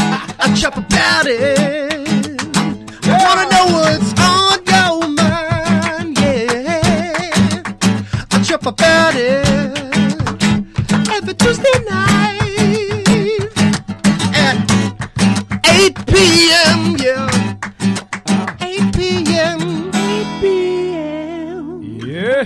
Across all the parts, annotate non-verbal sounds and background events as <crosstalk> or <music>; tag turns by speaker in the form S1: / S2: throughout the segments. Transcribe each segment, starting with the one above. S1: hush up about it. I wanna know what's on your mind, yeah. Hush up about it. Every Tuesday night at 8 p.m., yeah. 8 p.m., 8 p.m.
S2: Yeah,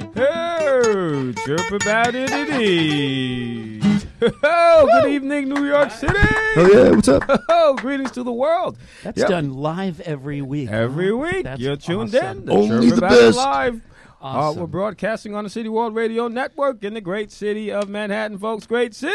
S2: chirp about it, it is. <laughs> Ho, Good evening, New York City.
S3: Oh yeah, what's up?
S2: Ho, Greetings to the world.
S4: That's
S2: Yep.
S4: done live every week.
S2: Every
S4: huh?
S2: week,
S4: That's
S2: you're tuned
S4: awesome.
S2: in. to
S3: Only
S2: Chirp
S3: the
S2: About It
S3: best.
S2: Live. Uh,
S4: Awesome.
S2: we're broadcasting on the City World Radio Network in the great city of Manhattan, folks. Great city!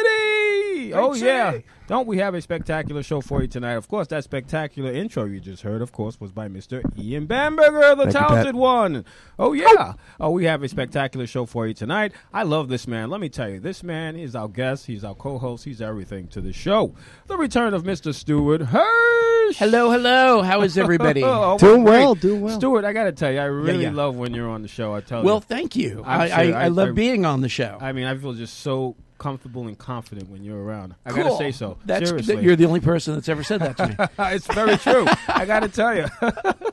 S2: oh, yeah. Don't we have a spectacular show for you tonight? Of course, that spectacular intro you just heard, of course, was by Mr. Ian Bamberger, the
S3: Thank you, Pat.
S2: talented one. Oh, yeah. Oh, we have a spectacular show for you tonight. I love this man. Let me tell you, this man is our guest, he's our co host, he's everything to the show. The return of Mr. Stewart Hirsch.
S4: Hello, hello. How is everybody?
S2: <laughs> Oh,
S3: Doing
S2: great.
S3: well, doing well.
S2: Stuart, I got to tell you, I really
S4: yeah.
S2: love when you're on the show. I tell
S4: well,
S2: you.
S4: thank you.
S2: I'm
S4: I,
S2: sure
S4: I,
S2: I-
S4: I love
S2: I-
S4: being on the show.
S2: I mean, I feel just so comfortable and confident when you're around. I got
S4: Cool.
S2: to say so.
S4: That's
S2: Seriously.
S4: you're the only person that's ever said that to me.
S2: <laughs> it's very true. I got to tell you. <laughs>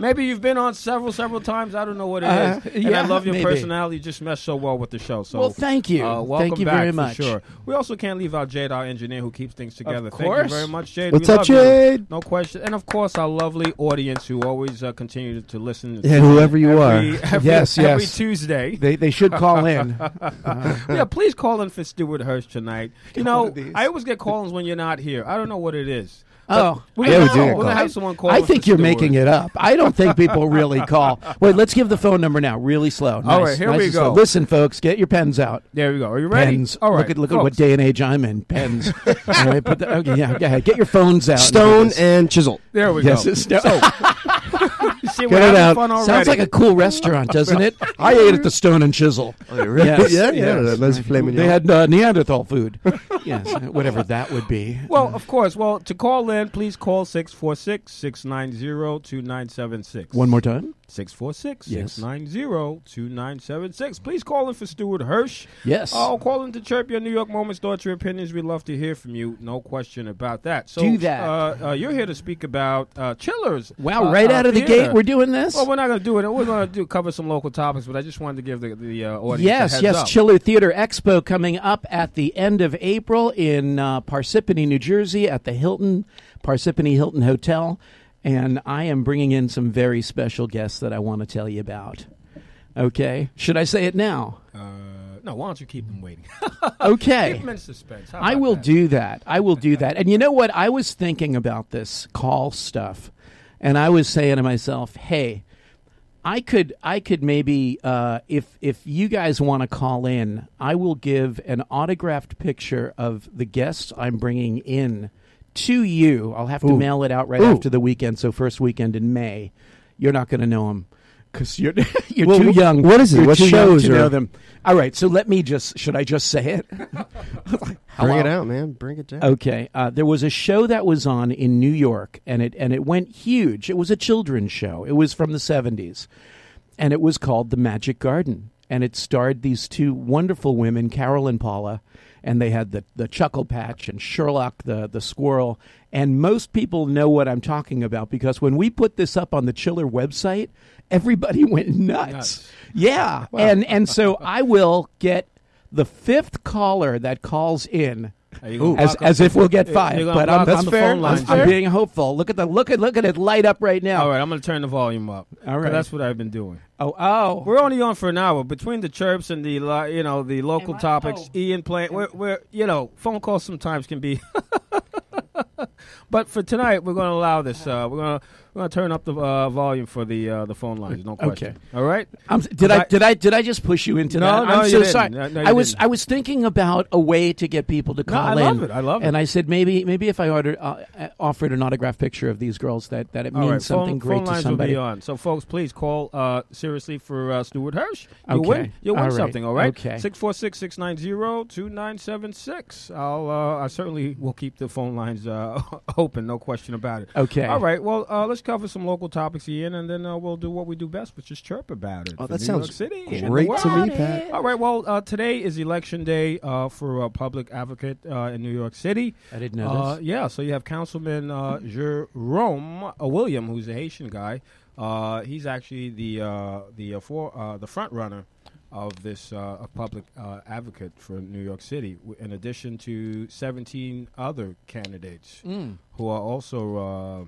S2: maybe you've been on several, several times. I don't know what it is.
S4: Uh,
S2: and I
S4: yeah,
S2: love your
S4: maybe.
S2: personality. You just mesh so well with the show. So,
S4: Well, thank you.
S2: Uh,
S4: Thank
S2: welcome
S4: you
S2: back
S4: very
S2: for
S4: much.
S2: Sure. We also can't leave out Jade, our engineer, who keeps things together. Thank
S4: course.
S2: you very much, Jade.
S3: What's
S2: we
S3: up,
S2: love you.
S3: Jade?
S2: No question. And of course, our lovely audience who always uh, continue to listen.
S3: And whoever you
S2: Every,
S3: are,
S4: <laughs>
S2: every-
S3: yes,
S2: every
S3: yes.
S2: Tuesday.
S3: They they should
S2: <laughs>
S3: call in.
S2: yeah, please call in for Stuart Hirsch
S4: <laughs>
S2: tonight. You
S3: one
S2: know,
S3: of these.
S2: I always get call-ins when you're not here. I don't know what it is.
S4: Oh,
S2: We're gonna, we're
S3: Yeah, we do get
S2: gonna
S3: calls.
S2: have someone call.
S4: I
S2: in for
S4: think you're
S2: Stuart.
S4: making it up. I don't think people really call. Wait, let's give the phone number now, really slow. Nice,
S2: All right, here
S4: nice
S2: we
S4: and slow.
S2: go.
S4: Listen, folks, get your pens out.
S2: There we go. Are you ready?
S4: Pens.
S2: All right.
S4: Look at look at what
S2: folks.
S4: day and age I'm
S2: <laughs>
S4: in. Pens. All right, put the, okay, yeah, yeah, Get your phones out.
S3: Stone and chisel.
S2: There we
S4: Yes, <laughs>
S2: go.
S4: it's stone.
S2: See, we're
S3: Get it
S2: having
S3: out.
S2: fun already.
S4: Sounds like a cool restaurant, doesn't it? <laughs> I ate at the Stone and Chisel.
S2: Oh,
S4: Yes,
S3: yeah, yeah.
S4: yes.
S3: Leslie Flamin.
S4: They had uh, Neanderthal food. <laughs> yes, whatever that would be.
S2: Well, of course. Well, to call in, please call 646-690-2976.
S4: One more time.
S2: 646-690-2976. Please call in for Stuart Hirsch.
S4: Yes.
S2: Oh, call in to chirp your New York moments, thoughts, your opinions. We'd love to hear from you. No question about that. So,
S4: Do that.
S2: Uh, uh, you're here to speak about uh, chillers.
S4: Wow,
S2: uh,
S4: right
S2: uh,
S4: out of the
S2: theater.
S4: gate, we're doing this.
S2: well, we're not going to do it. We're going to do cover some local topics, but I just wanted to give the, the uh, audience a
S4: Yes,
S2: heads
S4: yes,
S2: up.
S4: Chiller Theater Expo coming up at the end of April in uh, Parsippany, New Jersey, at the Hilton Parsippany Hilton Hotel, and I am bringing in some very special guests that I want to tell you about. Okay, should I say it now?
S2: Uh, no, why don't you keep them waiting? <laughs>
S4: Okay,
S2: Keep them in suspense. How
S4: I
S2: about
S4: will
S2: that?
S4: do that. I will do that. And you know what? I was thinking about this call stuff, and I was saying to myself, "Hey, I could, I could maybe, uh, if if you guys want to call in, I will give an autographed picture of the guests I'm bringing in to you. I'll have to mail it out right after the weekend. So first weekend in May, you're not going to know them." Because you're <laughs> you're
S3: Well,
S4: too
S3: wh-
S4: young.
S3: what is it?
S4: You're
S3: What
S4: too young
S3: shows
S4: to
S3: are-
S4: know them. All right, so let me just. Should I just say it?
S3: Bring it
S4: Hello.
S3: out, man. Bring it down.
S4: Okay, uh, there was a show that was on in New York, and it and it went huge. It was a children's show. It was from the seventies, and it was called The Magic Garden, and it starred these two wonderful women, Carol and Paula, and they had the the Chuckle Patch and Sherlock the the squirrel. And most people know what I'm talking about because when we put this up on the Chiller website, everybody <laughs> went nuts.
S2: Nuts.
S4: Yeah, and and so I will get the fifth caller that calls in
S2: Are you gonna
S4: as,
S2: block
S4: as
S2: up
S4: if we'll get
S2: You're
S4: five.
S2: gonna
S4: But
S2: block
S4: I'm,
S2: up
S4: I'm,
S2: the phone lines,
S4: I'm
S2: Jared?
S4: being hopeful. Look at the look at look at it light up right now.
S2: All right, I'm going to turn the volume up.
S4: All right.
S2: that's what I've been doing.
S4: Oh oh.
S2: We're only on for an hour between the chirps and the li- you know the local
S4: Am I-
S2: topics.
S4: oh.
S2: Ian playing. We're, we're you know phone calls sometimes can be. <laughs> but for tonight, we're going to allow this. Uh, we're going to we're going to turn up the uh, volume for the uh, the phone lines. No question.
S4: Okay.
S2: All right.
S4: I'm, did
S2: But
S4: I,
S2: I-
S4: did I did I just push you into
S2: No,
S4: that?
S2: no,
S4: I'm
S2: you
S4: so
S2: didn't.
S4: sorry.
S2: No, no, you
S4: I was
S2: didn't.
S4: I was thinking about a way to get people to
S2: No, I
S4: call in.
S2: love it. I love it.
S4: And I said maybe maybe if I ordered uh, uh, offered an autograph picture of these girls that, that it
S2: All
S4: means
S2: right, phone,
S4: something great
S2: phone
S4: to
S2: lines
S4: somebody.
S2: will be on. So, folks, please call uh, seriously for uh, Stuart Hirsch. You'll
S4: Okay.
S2: win, you'll win
S4: All right.
S2: something, all right?
S4: Okay.
S2: 646 690 2976. I'll, uh, I certainly will keep the phone lines uh, uh, <laughs> open, no question about it.
S4: Okay.
S2: All right. Well, uh, let's cover some local topics, Ian, and then uh, we'll do what we do best, which is chirp about it.
S3: Oh,
S2: for
S3: that
S2: New
S3: sounds
S2: York City and the
S3: Great to
S2: world.
S3: me, Pat.
S2: All right. Well, uh, today is election day uh, for a public advocate uh, in New York City.
S4: I didn't know
S2: Uh,
S4: this.
S2: yeah, so you have Councilman uh, Jerome uh, William, who's a Haitian guy. Uh, he's actually the uh, the uh, for, uh, the front runner of this uh, a public uh, advocate for New York City, w- in addition to 17 other candidates
S4: Mm.
S2: who are also. Uh,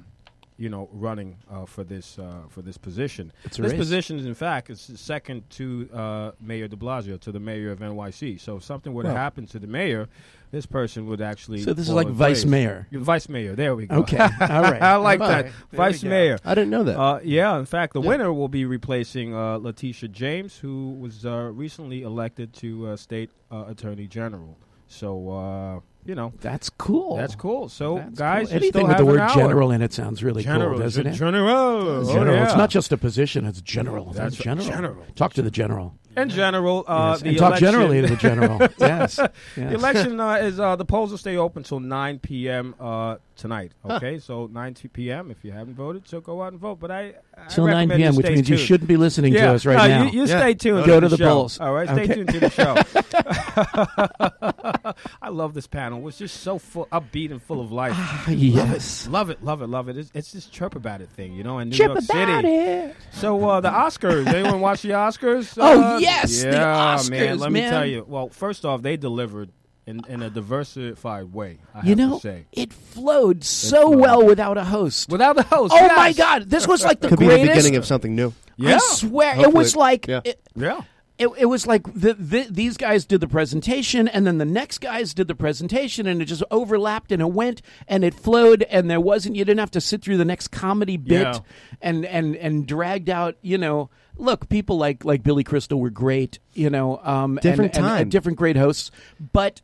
S2: you know, running uh, for this uh, for this position.
S4: It's a
S2: this
S4: race.
S2: position, is, in fact, is second to uh, Mayor De Blasio, to the mayor of NYC. So, if something were to
S4: Well.
S2: happen to the mayor, this person would actually.
S4: So this is
S2: fall
S4: like
S2: in
S4: vice
S2: grace.
S4: mayor.
S2: You're vice mayor. There we go. <laughs>
S4: Okay. All right.
S2: I like
S4: All
S2: that.
S4: right. There
S2: Vice
S4: we go.
S2: mayor.
S3: I didn't know that.
S2: Uh, yeah, in fact, the winner will be replacing uh, Letitia James, who was uh, recently elected to uh, state uh, attorney general. So, uh, you know,
S4: That's cool.
S2: that's cool. So,
S4: That's
S2: guys,
S4: cool.
S2: you
S4: anything
S2: still
S4: with
S2: have
S4: the word
S2: an hour.
S4: general in it sounds really
S2: general,
S4: cool, doesn't it?
S2: general, Oh,
S4: General. It's
S2: yeah.
S4: not just a position. It's general.
S2: That's
S4: That's
S2: right.
S4: general.
S2: General.
S4: Talk to the general.
S2: in general. Uh,
S4: Yes.
S2: the
S4: and talk
S2: election-
S4: generally to the
S2: <laughs>
S4: general. yes. yes.
S2: The election uh, is uh, the polls will stay open till 9 p.m. Uh, tonight. Okay, so 9 t- p.m. If you haven't voted, so go out and vote. But I, I
S4: Till 9
S2: recommend
S4: p.m., which
S2: stay
S4: means you
S2: tuned.
S4: shouldn't be listening to us right
S2: no,
S4: now.
S2: You, you
S3: Yeah.
S2: stay tuned.
S4: Go to the
S2: show.
S4: polls.
S2: All right, stay
S4: Okay.
S2: tuned to the show.
S4: <laughs>
S2: <laughs> I love this panel. It's just so full, upbeat and full of life.
S4: Ah, <laughs> yes.
S2: love it, love it, love it. It's, it's this chirp about it thing, you know, in New
S4: Chip
S2: York
S4: about
S2: City.
S4: it.
S2: So uh,
S4: <laughs>
S2: the Oscars. Anyone watch the Oscars?
S4: Oh,
S2: Uh,
S4: yes, the
S2: yeah, man.
S4: Oscars,
S2: Let me
S4: man.
S2: tell you. Well, first off, they delivered in, in a diversified way. I
S4: You
S2: have
S4: know,
S2: to say.
S4: it flowed so
S2: flowed.
S4: well without a host.
S2: without the host.
S4: <laughs> oh, my
S2: yes.
S4: God. This was like the
S3: Could be
S4: greatest.
S3: the beginning of something new.
S2: Yeah,
S4: I swear. It
S3: Hopefully.
S4: was like.
S3: Yeah.
S4: It,
S2: yeah.
S4: it, it was like the, the, these guys did the presentation and then the next guys did the presentation and it just overlapped and it went and it flowed and there wasn't you didn't have to sit through the next comedy bit
S2: Yeah.
S4: and and and dragged out you know look people like like billy crystal were great you know um
S3: Different
S4: and, and, uh,
S3: time.
S4: different great hosts but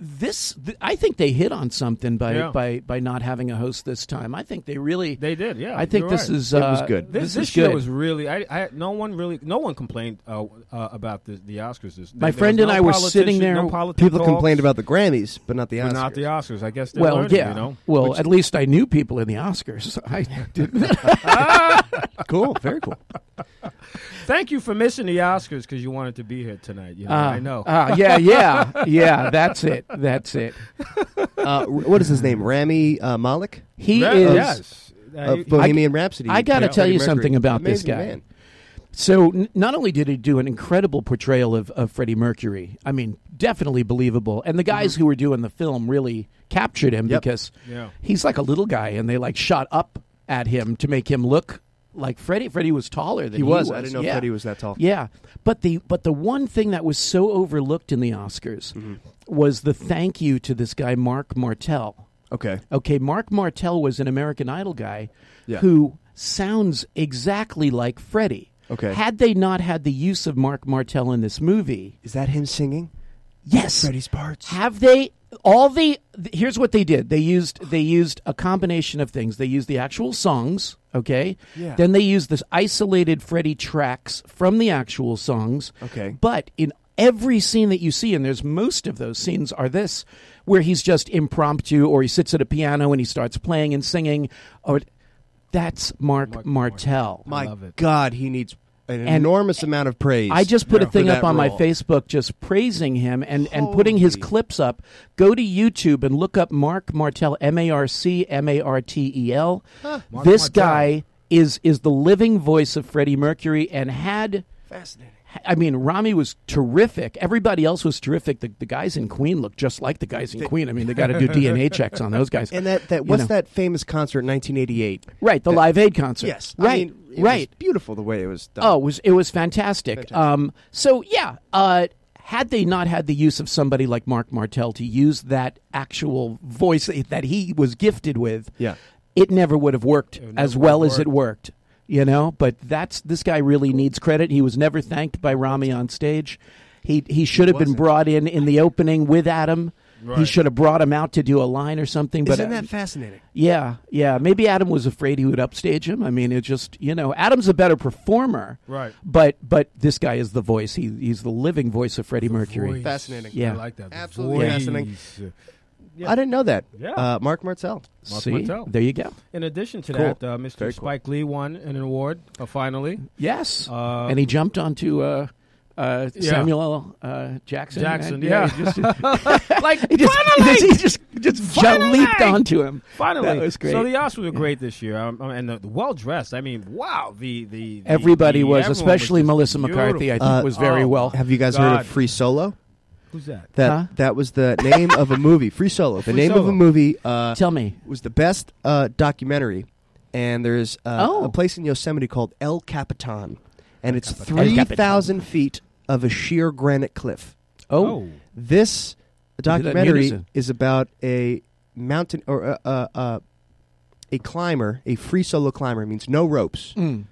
S4: this th- i think they hit on something by
S2: Yeah.
S4: by by not having a host this time i think they really
S2: They did, yeah,
S4: i think
S2: you're
S4: this
S2: right.
S4: is uh,
S3: It was good.
S2: This,
S4: this,
S2: this
S4: is
S2: year
S4: good.
S2: was really. I, I no one really no one complained uh, uh, about the, the Oscars. This,
S4: My
S2: there was
S4: friend and
S2: no
S4: I were
S2: politician-
S4: sitting there-
S2: No politic
S3: People
S2: talks,
S3: complained about the Grammys, but not the
S2: but
S3: Oscars.
S2: not the Oscars. I guess they're
S4: well,
S2: learning,
S4: yeah.
S2: you know.
S4: Well, at least I knew people in the Oscars. I didn't.
S2: <laughs>
S3: cool, very cool.
S2: Thank you for missing the Oscars because you wanted to be here tonight. You know, I know.
S4: Uh, yeah, yeah, yeah. That's it. That's it.
S3: Uh, what is his name? Rami uh, Malek
S4: He
S2: Yeah,
S4: is.
S2: yes. Uh,
S3: of
S2: he-
S3: Bohemian Rhapsody.
S4: I gotta
S3: Yeah.
S4: tell
S3: Freddie
S4: you
S3: Mercury.
S4: something about this
S3: Amazing
S4: guy.
S3: man.
S4: So n- not only did he do an incredible portrayal of, of Freddie Mercury, I mean, definitely believable. And the guys who were doing the film really captured him
S3: Mm-hmm. Yep.
S4: because
S2: Yeah.
S4: he's like a little guy, and they like shot up at him to make him look like Freddie. Freddie was taller than he,
S3: He was. I didn't know
S4: yeah.
S3: Freddie was that tall.
S4: Yeah, but the but the one thing that was so overlooked in the Oscars
S3: Mm-hmm.
S4: was the thank you to this guy Mark Martel.
S3: Okay.
S4: Okay, Mark Martel was an American Idol guy
S3: Yeah.
S4: who sounds exactly like Freddie.
S3: Okay.
S4: Had they not had the use of Mark Martel in this movie,
S3: Is that him singing
S4: yes,
S3: Freddie's parts?
S4: have they all the th- here's what they did. They used they used a combination of things. They used the actual songs, okay?
S3: Yeah.
S4: Then they used this isolated Freddie tracks from the actual songs.
S3: Okay.
S4: But in every scene that you see, and there's most of those scenes are this, where he's just impromptu or he sits at a piano and he starts playing and singing or that's Mark, Martel.
S3: My
S2: love it.
S3: God, he needs an
S4: And-
S3: enormous amount of praise.
S4: I just put a
S3: for
S4: thing
S3: that
S4: up on my
S3: role.
S4: Facebook just praising him and, and putting his clips up. Go to YouTube and look up Mark Martel, M A R C M A R T E L.
S2: Mark
S4: This
S2: Martel.
S4: guy is is the living voice of Freddie Mercury and had
S3: Fascinating.
S4: I mean, Rami was terrific. Everybody else was terrific. The, the guys in Queen look just like the guys in Queen. I mean, they got
S3: <laughs>
S4: to do DNA checks on those guys.
S3: And that, that
S4: You
S3: what's
S4: know.
S3: that famous concert in 1988?
S4: Right, the Live Aid concert. right,
S3: I mean, it was
S4: right.
S3: beautiful the way it was done.
S4: Oh, it was it was fantastic. Um, so yeah, uh, had they not had the use of somebody like Mark Martel to use that actual voice that he was gifted with,
S3: Yeah.
S4: it never would have worked
S2: would
S4: as
S2: never
S4: well
S2: have
S4: as it worked. You know, but that's this guy really needs credit. He was never thanked by Rami on stage. He he should have been
S3: wasn't.
S4: brought in in the opening with Adam. He
S2: Right.
S4: should have brought him out to do a line or something. But
S3: Isn't
S4: uh,
S3: that fascinating?
S4: yeah, yeah. Maybe Adam was afraid he would upstage him. I mean, it just you know, Adam's a better performer,
S2: Right.
S4: But but this guy is the voice. He he's the living voice of Freddie Mercury.
S2: Voice.
S3: Fascinating.
S4: Yeah.
S2: I like that.
S3: Absolutely
S2: Voice.
S3: fascinating.
S2: Yeah.
S3: I didn't know that.
S2: Yeah.
S3: Uh, Mark Martell.
S2: Mark
S4: See,
S2: Martel.
S4: there you go.
S2: In addition to
S3: Cool.
S2: that, uh, Mr.
S3: Very cool.
S2: Spike Lee won an award uh, finally.
S4: Yes,
S2: Uh,
S4: and he jumped onto uh, uh,
S2: Yeah.
S4: Samuel uh, Jackson. right?
S2: Jackson, yeah.
S4: <laughs> he just,
S2: <laughs> like
S4: <laughs> he just,
S2: finally,
S4: he just, just ju-
S2: Finally!
S4: leaped onto him.
S2: finally,
S4: That was great.
S2: So the Oscars were great this year, um, um, and the, well dressed. I mean, wow, the the, the-
S4: Everybody
S2: the-
S4: was,
S2: everyone
S4: especially
S2: just
S4: Melissa
S2: beautiful.
S4: McCarthy. I think
S3: Uh,
S4: was very
S2: oh.
S4: well.
S3: Have you guys heard
S2: God.
S3: of Free Solo?
S2: Who's that?
S3: That
S4: Huh?
S3: that was the name of a movie. Free Solo. The
S2: Free
S3: name of
S2: Solo.
S3: a movie uh,
S4: Tell me,
S3: was the best uh, documentary. And there's uh,
S4: Oh.
S3: a place in Yosemite called El Capitan, and it's
S4: El
S3: three
S4: Capitan.
S3: thousand feet of a sheer granite cliff.
S4: oh,
S3: This
S4: that uh,
S3: documentary
S4: unison.
S3: is about a mountain or a, a, a, a climber, a free solo climber. It means no ropes.
S4: Mm.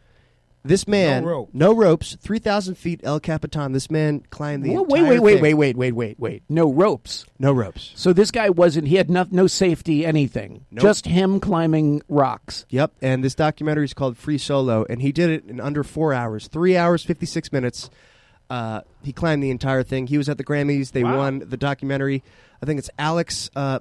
S3: This man,
S2: rope.
S3: ropes, three thousand feet, El Capitan. This man climbed the
S4: Whoa, wait,
S3: entire
S4: wait, wait,
S3: thing.
S4: wait, wait, wait, wait, wait. No ropes.
S3: no ropes.
S4: So this guy wasn't. He had no, no safety, anything.
S3: Nope.
S4: Just him climbing rocks.
S3: Yep, and this documentary is called Free Solo, and he did it in under four hours, three hours fifty six minutes. Uh, he climbed the entire thing. He was at the Grammys. They
S2: Wow.
S3: won the documentary. I think it's Alex, uh,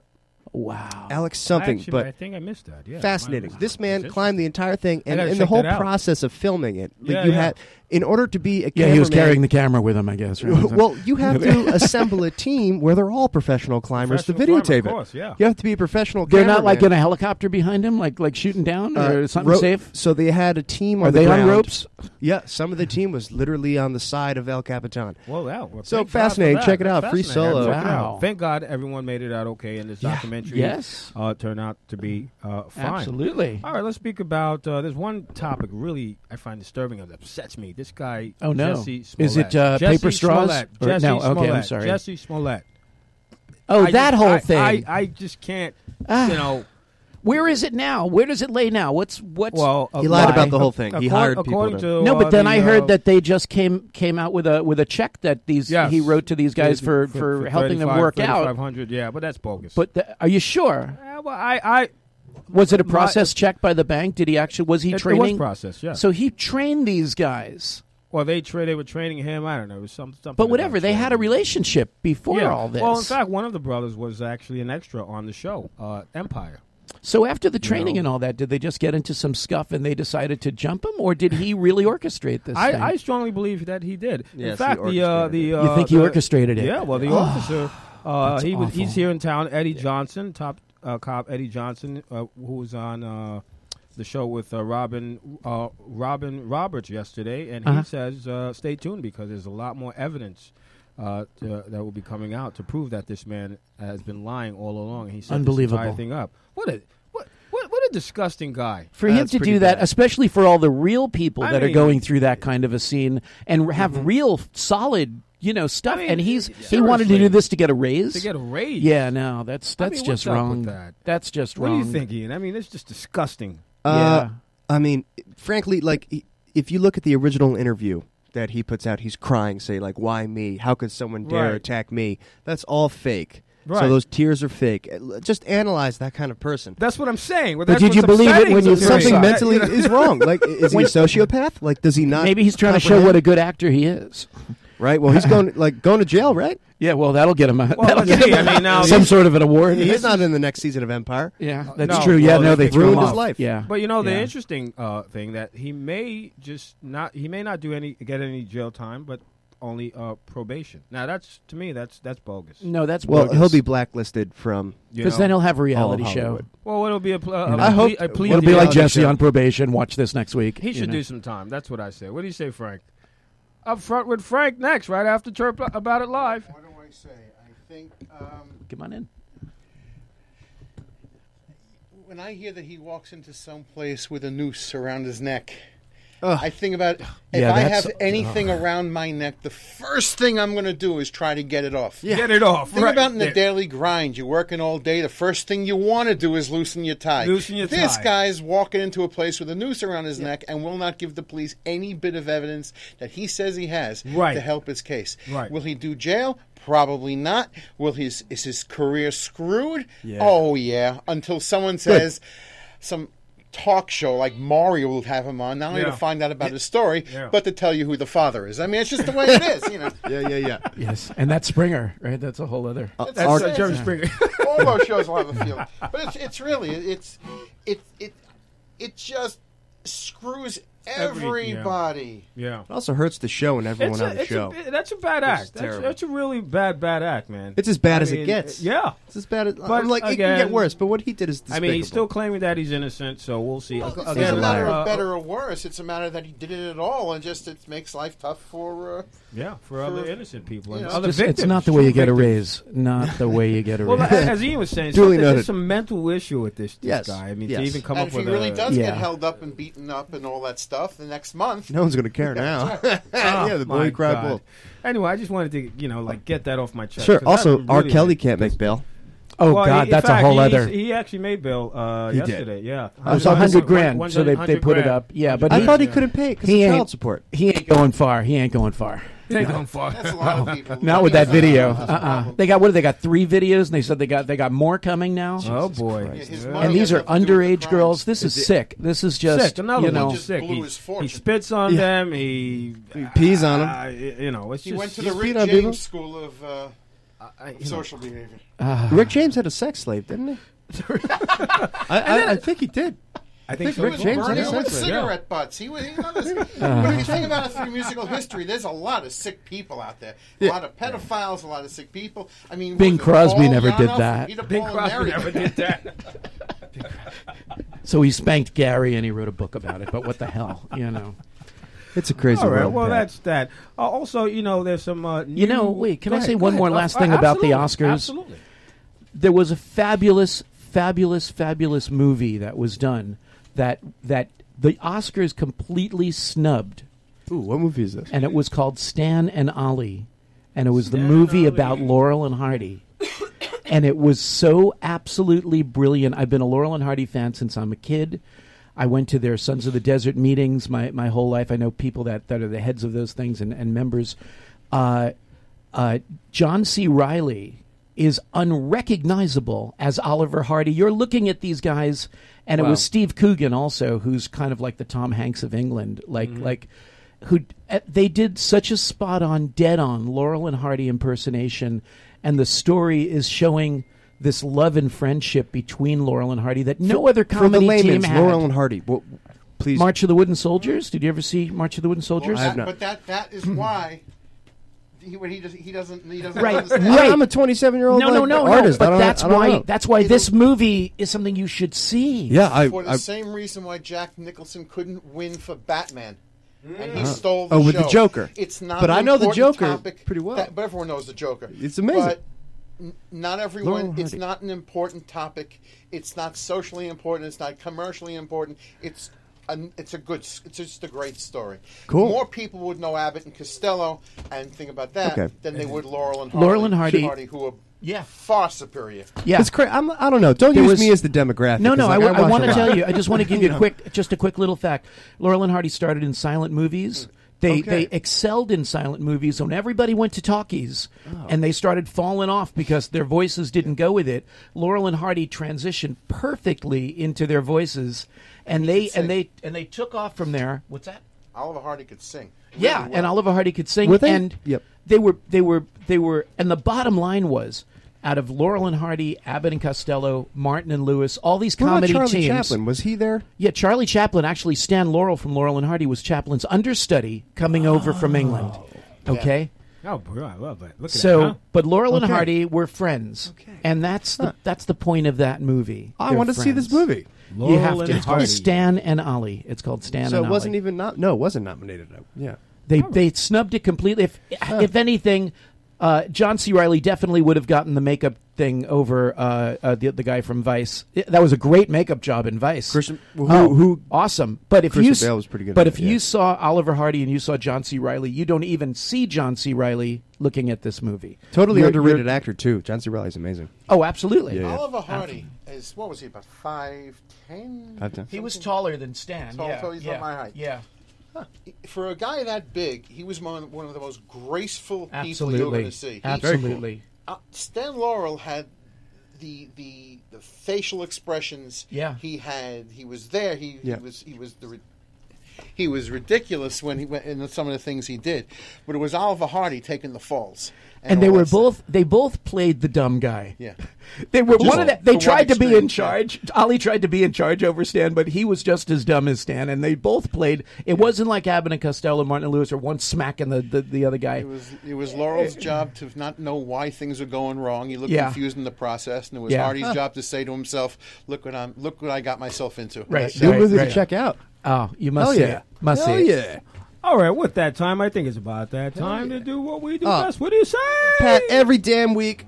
S4: Wow.
S3: Alex something,
S2: Actually,
S3: but
S2: I think I missed that. Yeah,
S3: fascinating.
S2: Wow.
S3: This man
S2: Is it?
S3: climbed the entire thing, and
S2: gotta
S3: in the
S2: check
S3: whole
S2: that out.
S3: process of filming it, like,
S2: Yeah,
S3: you
S2: yeah.
S3: had in order to be a
S4: yeah, he was carrying
S3: cameraman-
S4: the camera with him. I guess. Right?
S3: well, you have
S4: <laughs>
S3: to assemble a team where they're all professional climbers
S2: Professional
S3: to videotape
S2: climber, of course,
S3: it.
S2: yeah.
S3: You have to be a professional.
S4: They're not like
S3: cameraman.
S4: in a helicopter behind him, like like shooting down
S3: Uh,
S4: or something
S3: ro-
S4: safe.
S3: So they had a team on
S4: Are
S3: the
S4: they on
S3: ground.
S4: ropes?
S3: Yeah, some of the team was literally on the side of El Capitan.
S2: Well, wow. Well,
S3: So
S2: thank God for
S3: fascinating.
S2: that.
S3: Check it
S2: That's
S3: out. Free
S2: fascinating.
S3: solo.
S2: Check it out.
S4: Wow.
S2: Thank God everyone made it out okay, and this documentary
S4: Yes.
S2: uh, turned out to be uh, fine.
S4: Absolutely.
S2: All right, let's speak about. Uh, there's one topic really I find disturbing and upsets me. This guy.
S4: Oh, no.
S2: Jesse
S4: Is
S2: Smollett.
S4: it, uh,
S2: Jesse
S4: paper straws?
S2: Smollett.
S4: Or-
S2: Jesse
S4: no, okay, I'm
S2: Smollett.
S4: sorry.
S2: Jesse Smollett.
S4: Oh,
S2: I
S4: that
S2: just-
S4: whole
S2: I-
S4: thing.
S2: I, I just can't.
S4: Ah.
S2: you know.
S4: Where is it now? Where does it lay now? What's what's?
S2: Well,
S3: He lied
S4: Why?
S3: about the whole thing. He
S2: Accor-
S3: hired people.
S2: according
S3: to-
S2: to,
S4: no,
S2: uh,
S4: but then
S2: the,
S4: I
S2: uh,
S4: heard that they just came came out with a with a check that these
S2: Yes.
S4: he wrote to these guys for, for, helping them work out.
S2: 3500 yeah but that's bogus
S4: But the, are you sure?
S2: Uh, well, I, I
S4: Was it a
S2: My-
S4: process check by the bank? Did he actually was he
S2: it, it was
S4: training?
S2: processed, yeah.
S4: So he trained these guys.
S2: Well, they tra- they were training him. I don't know. It was some, something.
S4: But
S2: about
S4: whatever, they had a
S2: training.
S4: relationship before
S2: Yeah.
S4: all this.
S2: Well, in fact, one of the brothers was actually an extra on the show, uh, Empire.
S4: so after the training
S2: know.
S4: and all that, did they just get into some scuff and they decided to jump him, or did he really orchestrate this? thing?
S2: I, I strongly believe that he did. in
S3: Yes, he
S2: fact, the uh,
S3: orchestrated
S2: the
S3: it.
S2: uh,
S4: You think he
S2: the-
S4: orchestrated it?
S2: Yeah. Well, the
S4: Oh, <gasps>
S2: officer, uh,
S4: that's
S2: he was he's
S4: awful.
S2: here in town. Eddie Johnson, top uh, cop Eddie Johnson, uh, who was on uh, the show with uh, Robin uh, Robin Roberts yesterday, and
S4: Uh-huh.
S2: he says, uh, "Stay tuned because there's a lot more evidence." Uh, to, that will be coming out to prove that this man has been lying all along. He set this entire
S4: Unbelievable.
S2: thing up. What a what what, what a disgusting guy
S4: for him
S3: That's
S4: to
S3: pretty
S4: do that,
S3: bad.
S4: especially for all the real people
S2: I
S4: that are
S2: mean- Mm-hmm.
S4: going through that kind of a scene and have real solid, you know, stuff.
S2: I mean,
S4: and he's he
S2: seriously.
S4: wanted to do this to get a raise.
S2: to get a raise.
S4: yeah, no, that's
S2: I
S4: that's
S2: mean, what's
S4: just
S2: up with
S4: wrong.
S2: that?
S4: That's just
S2: What
S4: wrong.
S2: do you think, Ian? I mean, it's just disgusting.
S3: Uh,
S4: Yeah.
S3: I mean, frankly, like i- if you look at the original interview that he puts out, he's crying, say like, "Why me? How could someone dare
S2: Right.
S3: attack me?" That's all fake.
S2: Right.
S3: So those tears are fake. Uh, l- Just analyze that kind of person.
S2: That's what I'm saying. Well,
S4: But
S2: that's
S4: did you
S2: what's
S4: believe it
S2: upsetting
S4: when you-
S2: to me.
S3: Something
S4: Right.
S3: mentally is wrong. Like, i- is he a sociopath? Like, does he not?
S4: Maybe he's trying to show what a good actor he is.
S3: right. Well,
S4: <laughs>
S3: he's going like going to jail, right?
S4: Yeah, well, that'll get him out.
S2: Well,
S4: that'll
S2: let's
S4: get
S2: see.
S4: him
S2: I mean, now-
S4: some sort of an award.
S3: He's not in the next season of Empire.
S4: Yeah, that's
S2: No,
S4: true. yeah,
S2: well,
S4: no,
S2: they
S4: they threw
S3: ruined
S4: him
S3: his
S4: off.
S3: life.
S4: Yeah,
S2: But you know the
S4: Yeah.
S2: interesting uh, thing that he may just not he may not do any get any jail time, but only uh, probation. Now that's to me that's that's bogus.
S4: No, that's
S3: Well,
S4: bogus.
S3: he'll be blacklisted from.
S2: you
S4: because
S2: know?
S4: then he'll have a reality show.
S3: Hollywood.
S2: well it'll be a, pl- a, a
S3: I hope-
S2: plea, a plea
S4: It'll be
S2: deal.
S4: like
S3: reality
S4: Jesse
S3: show.
S4: on probation. Watch this next week.
S2: he
S4: you
S2: should
S4: know.
S2: do some time. That's what I say. What do you say, Frank? Up front with Frank next, right after chirp about it live.
S5: What do I say? I think um,
S4: Come on in.
S5: when I hear that he walks into some place with a noose around his neck,
S3: Ugh.
S5: I think about if
S4: Yeah,
S5: I
S4: that's- Oh.
S5: have anything around my neck, the first thing I'm going to do is try to get it off.
S2: Get it off.
S5: Think
S2: right
S5: about in the
S2: there.
S5: daily grind. You're working all day. The first thing you want to do is loosen your tie.
S2: Loosen your
S5: this
S2: tie.
S5: guy's walking into a place with a noose around his neck and will not give the police any bit of evidence that he says he has
S2: Right.
S5: to help his case.
S2: Right.
S5: Will he do jail? Probably not. Will his is his career screwed?
S3: Yeah.
S5: Oh yeah. Until someone says some talk show like Mario will have him on, not only to
S2: Yeah.
S5: find out about his story,
S2: Yeah.
S5: but to tell you who the father is. I mean, it's just the way it
S2: <laughs>
S5: is, you know.
S6: Yeah, yeah, yeah.
S4: Yes, and that's Springer, right? That's a whole other.
S5: That's
S3: Our-
S5: it.
S2: Jerry Springer.
S5: all those shows will have a feel. But it's, it's really it's it it it just screws
S2: Every- yeah.
S5: everybody.
S2: <laughs> yeah.
S3: It also hurts the show and everyone
S2: It's
S3: on
S2: a,
S3: the
S2: it's
S3: show.
S2: a, that's a bad act. That's,
S6: terrible.
S2: that's a really bad, bad act, man.
S3: it's as
S2: I
S3: bad as
S2: mean,
S3: it gets.
S2: Yeah.
S3: It's as bad as.
S2: But
S3: I'm like, it can
S2: again-
S3: get worse, but what he did
S2: I
S3: is despicable.
S2: mean, he's still claiming that he's innocent, so we'll see.
S5: Well, it's
S3: Again,
S5: not a matter
S2: uh,
S5: of better or worse. It's a matter that he did it at all, and just it makes life tough for. Uh,
S2: Yeah, for other
S5: For-
S2: innocent people.
S5: you
S2: and
S5: know,
S2: other
S4: Just-
S2: victims.
S4: it's not the way you get a
S2: Victims.
S4: raise. Not the way you get a
S2: Well,
S4: raise.
S2: as Ian was saying,
S3: Duly
S2: something- there's
S3: noted.
S2: some mental issue with this, this
S3: Yes,
S2: guy. I mean,
S3: yes.
S2: to even come
S5: and
S2: up
S5: if he
S2: with
S5: really
S2: a,
S5: does
S4: Yeah.
S5: get held up and beaten up and all that stuff, the next month.
S3: No one's going to care
S2: <laughs>
S3: <laughs> now. yeah, the
S2: Oh My
S3: boy cried
S2: God.
S3: wolf.
S2: Anyway, I just wanted to, you know, like get that off my chest.
S3: Sure.
S2: 'cause
S3: Also,
S2: I'm
S3: R.
S2: really-
S3: Kelly can't make bail.
S4: oh
S2: Well,
S4: God,
S2: he- in
S4: that's
S2: fact,
S4: a whole
S2: he's-
S4: other.
S2: He actually made bail uh,
S6: He did.
S2: yesterday. Yeah,
S4: It was a hundred grand, so they, they put it up. Yeah, but
S3: I
S4: he,
S3: thought he couldn't pay because of
S4: He ain't-
S3: child support.
S4: he ain't going far. He ain't going far.
S2: They gone far.
S5: That's a
S2: <laughs>
S5: lot of people.
S4: Not with that
S5: That's a lot of
S4: video.
S5: people. That's
S4: Uh
S5: a
S4: uh
S5: problem.
S4: They got what? do They got three videos, and they said they got they got more coming now.
S2: Oh boy.
S5: Yeah, his
S2: Yeah.
S5: money
S4: and these
S5: has
S4: are
S5: nothing to do with the
S4: underage
S5: crimes.
S4: girls. This is sick. This is just
S2: sick. Another
S4: you know.
S2: one
S5: just
S2: sick.
S5: blew
S2: He,
S5: his
S2: he
S5: fortune.
S2: spits on them. He,
S3: He pees on them.
S2: uh, you know, it's
S5: He
S2: just
S5: went to
S2: you
S5: the
S3: He's
S5: Rick
S3: beat on
S5: James
S3: people.
S5: School of uh,
S2: know.
S5: Social Behavior.
S2: Ah.
S3: Rick James had a sex slave, didn't
S2: <laughs>
S3: he? I, I, I think he did.
S2: I
S3: think
S2: so.
S3: Rick
S5: was
S3: James
S5: burning
S3: had
S5: with
S3: sex with-
S5: cigarette butts. He was. He was
S4: <laughs>
S5: when you think about it through musical history, there's a lot of sick people out there. A lot of pedophiles, a lot of sick people. I mean,
S4: Bing
S5: was it
S4: Crosby
S5: Paul
S4: never did
S5: Yanoff,
S4: that.
S5: Rita
S2: Bing
S5: Paul and
S2: Crosby
S5: Mary?
S2: never did that.
S4: <laughs> So he spanked Gary, and he wrote a book about it. But what the
S5: <laughs>
S4: hell, you know?
S3: It's a crazy
S2: All right.
S3: world.
S2: Well,
S3: Pat.
S2: that's that. Uh, also, you know, there's some. Uh,
S4: You know,
S2: new-
S4: wait, can
S2: Go
S4: I
S2: ahead,
S4: say
S2: go
S4: one
S2: ahead.
S4: more
S2: Oh,
S4: last
S2: uh,
S4: thing about the
S2: absolutely,
S4: Oscars?
S2: Absolutely.
S4: there was a fabulous, fabulous, fabulous movie that was done that that the Oscars completely snubbed,
S3: Ooh, what movie is this?
S4: and it was called Stan and Ollie, and it was the movie about Laurel and Hardy. and it was so absolutely brilliant. I've been a Laurel and Hardy fan since I'm a kid. I went to their Sons of the Desert meetings my, my whole life. I know people that, that are the heads of those things and, and members. Uh, uh, John C. Riley is unrecognizable as Oliver Hardy. You're looking at these guys, and it was Steve Coogan also, who's kind of like the Tom Hanks of England. Like,
S3: Mm-hmm.
S4: like who eh, they did such a spot on dead on Laurel and Hardy impersonation and the story is showing this love and friendship between Laurel and Hardy that no other
S3: For the
S4: comedy team
S3: layman's,
S4: had.
S3: Laurel and Hardy. What, please.
S4: March of the Wooden Soldiers. Did you ever see March of the Wooden
S5: Well,
S4: Soldiers?
S5: that-
S3: not.
S5: But that that
S4: <clears throat>
S5: is why he, when he, does, he doesn't he doesn't
S4: Right.
S5: understand.
S3: I,
S4: Right.
S3: am a 27 year old
S4: no, no, no,
S3: artist.
S4: no.
S3: I
S4: But
S3: don't-
S4: that's
S3: I don't
S4: why
S3: know.
S4: that's why this movie is something you should see.
S3: Yeah, I.
S5: For the
S3: I
S5: same reason why Jack Nicholson couldn't win for Batman. And he stole the
S3: Oh, with the
S5: show.
S3: Joker.
S5: It's not
S3: But
S5: an
S3: I know the
S5: important
S3: Joker
S5: topic
S3: pretty well.
S5: that- but everyone knows the Joker.
S3: It's amazing.
S5: But n- not
S3: Laurel
S5: everyone. It's
S3: Hardy.
S5: not an important topic. It's not socially important. It's not commercially important. It's an, it's a good. s- It's just a great story.
S3: Cool.
S5: More people would know Abbott and Costello and think about that
S3: Okay.
S5: than they would Laurel and Hardy.
S4: Laurel and Hardy-
S5: who are
S4: Yeah.
S5: far superior.
S4: yeah.
S3: It's cra- I'm, I don't know. Don't
S4: There
S3: use
S4: was-
S3: me as the demographic.
S4: No, no.
S3: 'cause,
S4: I
S3: like,
S4: wa- I,
S3: watch
S4: want
S3: a
S4: to
S3: lot.
S4: tell you. I just want to give you a quick, just a quick little fact. Laurel and Hardy started in silent movies. They
S3: Okay.
S4: they excelled in silent movies when everybody went to talkies, and they started falling off because their voices didn't go with it. Laurel and Hardy transitioned perfectly into their voices, and they and they and they took off from there. What's that?
S5: Oliver Hardy could sing.
S4: Yeah,
S5: really well.
S4: and Oliver Hardy could sing.
S3: Were they?
S4: And
S3: Yep.
S4: they were, they were, they were. And the bottom line was, out of Laurel and Hardy, Abbott and Costello, Martin and Lewis, all these
S3: What about
S4: comedy
S3: Charlie
S4: teams.
S3: Chaplin? Was he there?
S4: Yeah, Charlie Chaplin actually Stan Laurel from Laurel and Hardy was Chaplin's understudy coming over
S3: Oh.
S4: from England. Okay,
S2: Oh, bro, I love that. Look at
S4: so
S2: that. huh?
S4: but Laurel and
S3: Okay.
S4: Hardy were friends, and that's the, that's the point of that movie.
S3: I
S4: They're
S3: want to see this
S4: friends.
S3: movie.
S4: You have
S2: Laurel
S4: to.
S2: and
S4: It's called
S2: Hardy.
S4: Stan and Ollie. It's called Stan
S3: So it
S4: and Ollie.
S3: wasn't even not. No, it wasn't nominated. I- Yeah.
S4: They
S5: Oh.
S4: they snubbed it completely. If if anything, uh, John C. Riley definitely would have gotten the makeup thing over uh, uh, the the guy from Vice. It- that was a great makeup job in Vice.
S3: Christian- who-
S4: oh,
S3: who-
S4: awesome. But if
S3: Christian
S4: you s-
S3: Bale was pretty good
S4: But
S3: at
S4: if
S3: it,
S4: you
S3: yeah.
S4: saw Oliver Hardy and you saw John C. Riley, you don't even see John C. Riley looking at this movie.
S3: Totally
S4: You're-
S3: underrated
S4: you're-
S3: actor too. John C. Riley's amazing.
S4: oh, absolutely.
S3: Yeah.
S5: Oliver Hardy is what was he about five ten?
S3: 5'10".
S4: He was taller than Stan.
S5: Tall-
S4: yeah,
S5: tall, he's
S4: yeah,
S5: about my height.
S4: Yeah.
S5: for a guy that big. He was one one of the most graceful people you're
S4: Absolutely.
S5: going to see. He-
S4: Absolutely.
S5: uh, Stan Laurel had the the the facial expressions
S4: Yeah.
S5: he had. He was there. He,
S3: Yeah.
S5: he was he was the. ri- He was ridiculous when he went in some of the things he did, but it was Oliver Hardy taking the falls,
S4: and they
S5: all
S4: were
S5: that stuff.
S4: both they both played the dumb guy.
S5: Yeah.
S4: <laughs> They were
S5: Just
S4: one of that. They
S5: the one
S4: tried to be
S5: extreme,
S4: in
S5: yeah.
S4: charge. Ali tried to be in charge over Stan, but he was just as dumb as Stan. And they both played. It wasn't like Abbott and Costello, Martin and Lewis, or one smacking the, the the other guy.
S5: It was it was Laurel's job to not know why things are going wrong. He looked
S4: Yeah.
S5: confused in the process, and it was
S4: Yeah.
S5: Hardy's job to say to himself, "Look what I'm look what I got myself into."
S4: Right.
S5: That's-
S3: Dude,
S4: Right,
S3: movie
S4: right.
S3: to check out.
S4: Oh, you must
S3: Hell
S4: see
S3: yeah.
S4: it. Must
S3: Hell
S4: see it.
S3: yeah.
S2: All right, with that time, I think it's about that time to do what we do
S3: Uh,
S2: best. What do you say?
S3: Pat, every damn week.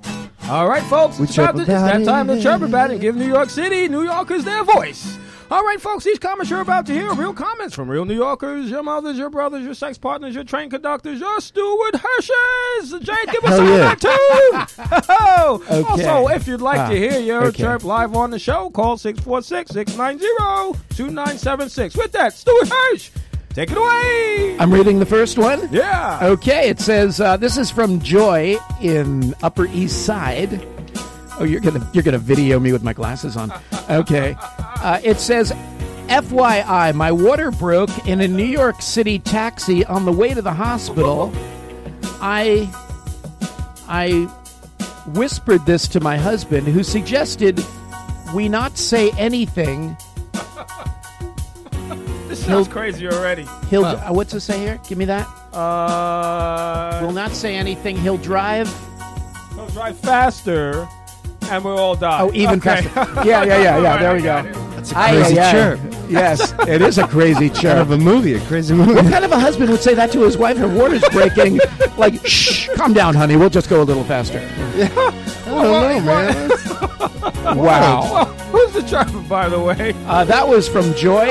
S2: All right, folks,
S3: We
S2: it's, about
S3: chirp
S2: to- it's
S3: about
S2: that
S3: it.
S2: time to chirp about it and give New York City New Yorkers their voice. All right, folks, these comments you're about to hear are real comments from real New Yorkers, your mothers, your brothers, your sex partners, your train conductors, your steward Hershers. Jake, give us
S3: Hell
S2: all
S3: yeah.
S2: that too.
S4: Okay.
S2: Also, if you'd like
S4: Ah,
S2: to hear your
S4: okay.
S2: chirp live on the show, call 646-690-2976. With that, Stewart Hirsch, take it away.
S4: I'm Oh, reading the first one.
S2: yeah.
S4: Okay, it says uh, this is from Joy in Upper East Side. Oh, you're gonna you're gonna video me with my glasses on. Okay, uh, it says, FYI, my water broke in a New York City taxi on the way to the hospital. I I whispered this to my husband, who suggested we not say anything.
S2: This sounds crazy already.
S4: He'll uh, what's it say here? Give me that.
S2: Uh,
S4: We'll not say anything. He'll drive.
S2: We'll drive faster, and we'll all die.
S4: Oh, even
S2: Okay.
S4: faster. Yeah, yeah, yeah, yeah. There we go.
S3: That's a
S4: Aye,
S3: crazy
S4: aye, aye.
S3: chirp.
S4: <laughs> Yes, it is a
S3: <laughs>
S4: crazy
S3: Out
S4: chirp.
S3: of a movie, a crazy movie.
S4: kind of a husband would say that to his wife? Her water's <laughs> breaking. like, shh, calm down, honey. We'll just go a little faster.
S3: I don't know, man.
S4: Wow.
S2: <laughs> Who's the driver, by the way?
S4: Uh, that was from Joy,